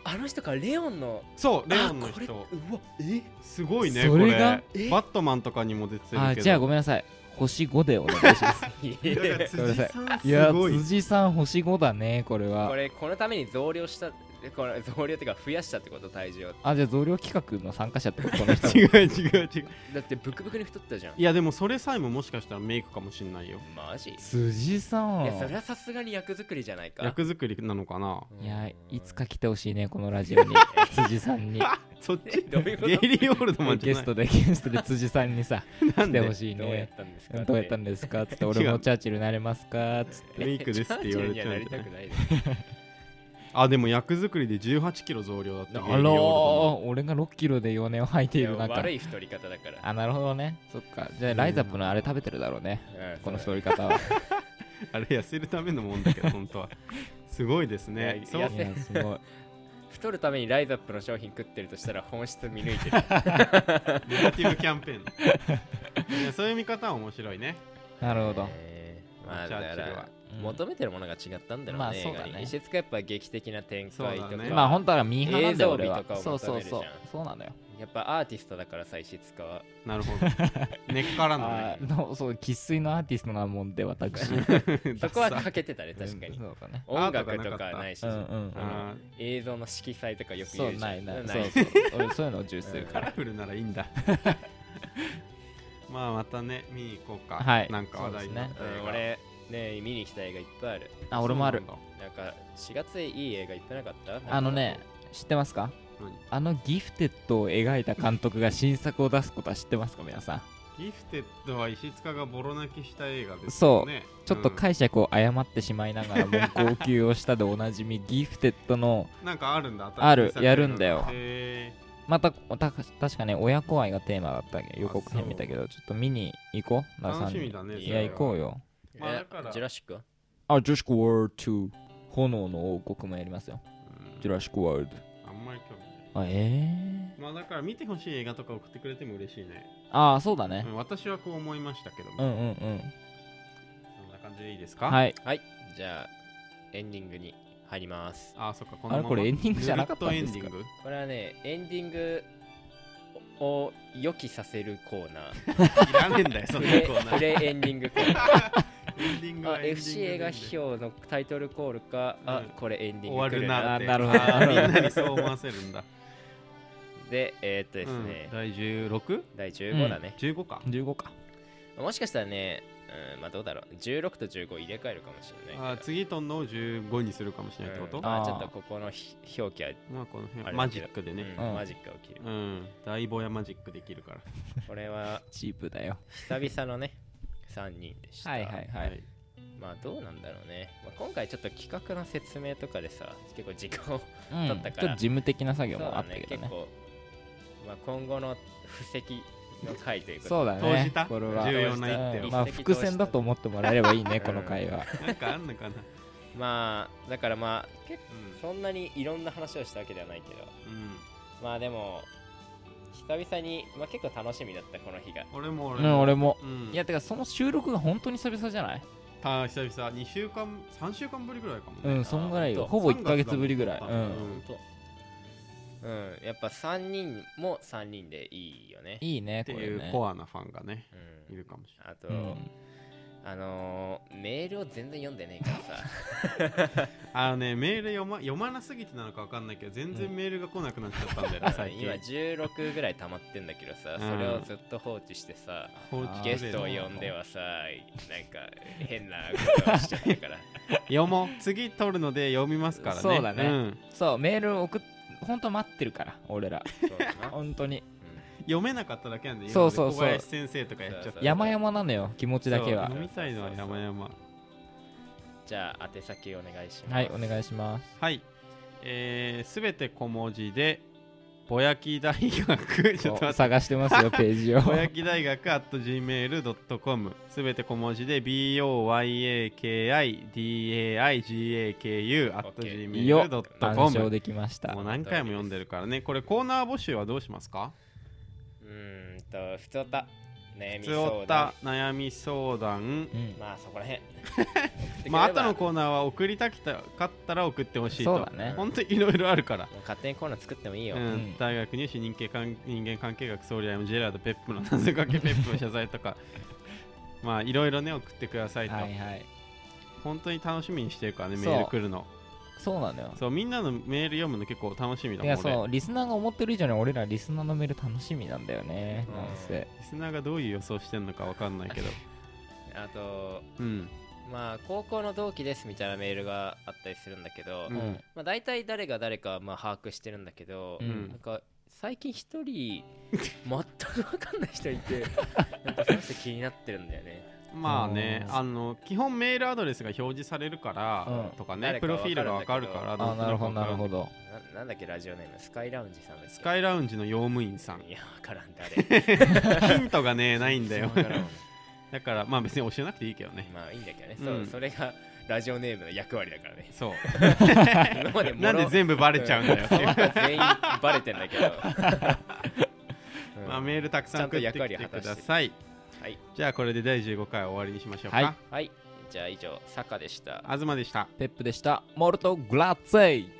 あの人かレオンの
そうレオンの人
あこれうわえ
すごいね
そ
こ
れが
れ
え
バットマンとかにも出てるけど
あじゃあごめんなさい星5でお願いします
いや
だから辻さん
い や
すごい
辻さん星5だねこれは
これこのために増量したこれ 増量っていうか増やしたってこと体重を
あじゃあ増量企画の参加者ってことこの人
違う違う違う
だってブクブクに太ったじゃん
いやでもそれさえももしかしたらメイクかもしんないよ
マジい
辻さん
やそれはさすがに役作りじゃないか
役作りなのかない
いやいつか来てほしいねこのラジオ に辻さんに
そっち
どういうこと
ゲイリー・オールドマンじ
ゲ
ゃな
ス
い
トでゲストで辻さんにさ
なん
来て
で
ほしい
どうやっ
ね
たんですか
どうやったんですかつ って俺もチャーチルになれますかつって
メイクですって言われちゃうんじゃ
チャーチルにはなりた
ない
くない
あでも役作りで1 8キロ増量だった
あらー俺が6キロで4年を 吐いてい
で
る
も
中
悪い太り方だから
あなるほどねそっかじゃあライザップのあれ食べてるだろうね
うん
この
そう
太り方は
あれ痩せるためのもんだけど本当 はすごいです
い
ね
や
そう
痩
い
せ
やすごい
太るためにライザップの商品食ってるとしたら本質見抜いてる
ネガティブキャ ンペーンいやそういう見方は面白いね
なるほど
えーまあ
チャ
だか
ーチルは
ら求めてるものが違ったんだろうね,、
まあそうだね
映画に石塚やっぱ劇的な展開と
そ
か、
うだね
まあ本当はミーハーなんだよ
映像美
俺は
とかを求
そ
め
う
るじゃん
そうそうそうなのよ
やっぱアーティストだからさ石塚は
なるほ ど根っからの
あ
ね
ーのそう生粋のアーティストなもんで 私
そこはかけて たね確かに
そうだね
音楽とかはないし
うんうん
あの映像の色彩とかよく
そ
言
う
うじゃん
ないない
ない
そうそう 俺そういうのを重視する
カ
から
ラフルならいいんだまあまたね見に行こうか、
はい
なんか話題になった
うん
映画
俺ね見に行きたい映画いっぱいある
あ俺もある
そうなんだ
なんか4月いい映画いっぱいなかった
あのね知ってますか
何
あのギフテッドを描いた監督が新作を出すことは知ってますか皆さん
ギフテッドは石塚がボロ泣きした映画です
そ
よ
う
ね
ちょっと解釈を誤ってしまいながらもう号泣をしたでおなじみギフテッドの
うんなんかあるんだ
あるやるんだよ
へ
またた確かね親子愛がテーマだったけど予告編見たけどちょっと見に行こうな
楽しみだね
い
そ
や
れ
行こうよ
え
まあだから
ジュラシックは
あジュラシック・ワールド2炎の王国もやりますよ
ー
ジュラシック・ワール
うんあんまり興味ない
ドあえ
まあだから見てほしい映画とか送ってくれても嬉しいね。
ー、ああそうだ
う
ね
ん私はこう思いましたけど、
うん
そ
うんんうん
な感じでいいですかい。
はい
はいじゃあエンディングに入ります
あ、そっか、このま
あれ
ま
これエンディングじゃなかったんです
ぬる
か
っとエンディング
これはねエンディングを予期させるコーナー
いらねえんだよ、そ
プ
んな
レ
コーナ
プ
ー。
レエンディングコー ナ
エンディン
ー
グは
あ
エンディングでいいんだよ
FC 映画批評のタイトルコールかあ
うん
これエンディ
終
ング
わ
来
る
る
なって。
あなるほど
あ ーみんなにそう思わせるんだ。
でえーっと
で
ですね
第 16?15
第15だね
か。
15か
もしかしたらねうんまあどうだろう16と15入れ替えるかもしれない
あ
けど
次とんのを15にするかもしれないってこ
う
と
んまあ
あー
ちょっとここのひ表記は
まあこの
あ
辺、
れ
マジックでね。
うん
うん
マジックを切る
うん。大坊やマジックできるから。
これは
チープだよ
久々のね3 人でした
はいはいはい、
い。
まあどうなんだろうね、まあ、今回ちょっと企画の説明とかでさ結構時間を
うん、
だったから
ちょっと事務的な作
そ
業
う
もあ
だ
ったけ
ね
ど
結
ね
構、まあ、今後の布石の回ということで
そうだ
投じ
ね
た
こ
重
れは
要な一
う
手
ん
を
まあ伏線だと思ってもらえればいいねこの回は
なんかあんのかな
まあだからまあ結構そ
うん
んなにいろんな話をしたわけではないけど
うん
まあでも久々に、まあ、結構楽しみだったこの日が
俺も
う
俺
ん
も
俺も
うん
いやてかその収録が本当に久々じゃない
た久々2週間3週間ぶりぐらいかも
う
ね
んそんぐらいよ
あ
ほぼ1ヶ月ぶりぐらい
三
う
月だもん
ん
うん
うんやっぱ3人も3人でいいよね
いいね
って
これ
いう
ね
コアなファンがね
う
い
ん
るかもし
あと、
うん
あのーメールを全然読んでねえからさ
れないあのねメール読ま読まなすぎてなのかわかんないけど全然メールが来なくなっちゃったんだよ ね最近
今16ぐらい溜まってんだけどさそれをずっと放置してさ、
放置
あー
ゲストを呼んではさなんか変なことをしちゃったから
読もう次撮るので読みますからね
そうだね
ん
そうメール送っ本当待ってるから俺ら
そうだな、うん
本当に
読めなかっただけなんで
そうそうそ
今
う
まで小林先生とかやっちゃっ
そう
た
山々なのよ気持ちだけは
そう読みたいのは山々
じゃあ宛先お願いします
はいお願いします
はいえーすべて小文字でぼやき大 学ちょっと待って
探してますよページを
ぼやき大学 at gmail.com すべて小文字で boyakidaigakaku at
いよ暗
gmail.com
唱できました
もう何回も読んでるからねこれコーナー募集はどうしますか
うーんとふつおた悩み
普通お
相
た
談
悩み相談
うん
まあそこらへん
まあ後の
も
コーナーは送りたきたかったら送ってほしい
そう
と
だね
本当にいろいろあるから
う勝手にコーナー作ってもいいよ、
うん
うん
大学入試人間関人間関係学総理 M ジェラードペップの謎かけペップの謝罪とかまあいろいろね送ってくださいと、
はいはい
本当に楽しみにしてるからね
そう
メール来るの
そうなのよ
そうみんなのメール読むの結構楽しみだもん
いや
俺
そうリスナーが思ってる以上に俺らリスナーのメール楽しみなんだよね
うん
なんせ
リスナーがどういう予想してんのかわかんないけど
あと
うん
まあ高校の同期ですみたいなメールがあったりするんだけど、
う
ま
ん
あ、大体誰が誰かはまあ把握してるんだけど、
うん
なんか最近一 人全く分かんない人いてなんかその人気になってるんだよね
まあね
うん
あの基本メールアドレスが表示されるから
うん
とかね
誰
プ
か
ロ
わ
フ
か
ィ
るんだけど
ールがわかるから
あ
んと
なるほど
わか
なるほど
ななんだっけラジオネームスカイラウンジさんだっけ
スカイラウンジの用務員 さん
いや分からん誰
ヒントがねないんだよ
分からん
だからまあ別に教えなくていいけどね
まあいいんだけどね、
うん
そうそれがラジオネームの役割だからね
そう
今までも
な
ろ
んで全部バレちゃう んだよっていう
全員バレてんだけど、 うん
まあメールたくさん送って
ちゃん
き
と役割
て
果
く
た
だ
して
さい
はい
じゃあこれで第15回終わりにしましょう
はい
か
はいじゃあ以上坂でした
東でした
ペップでしたモルトグラッツェイ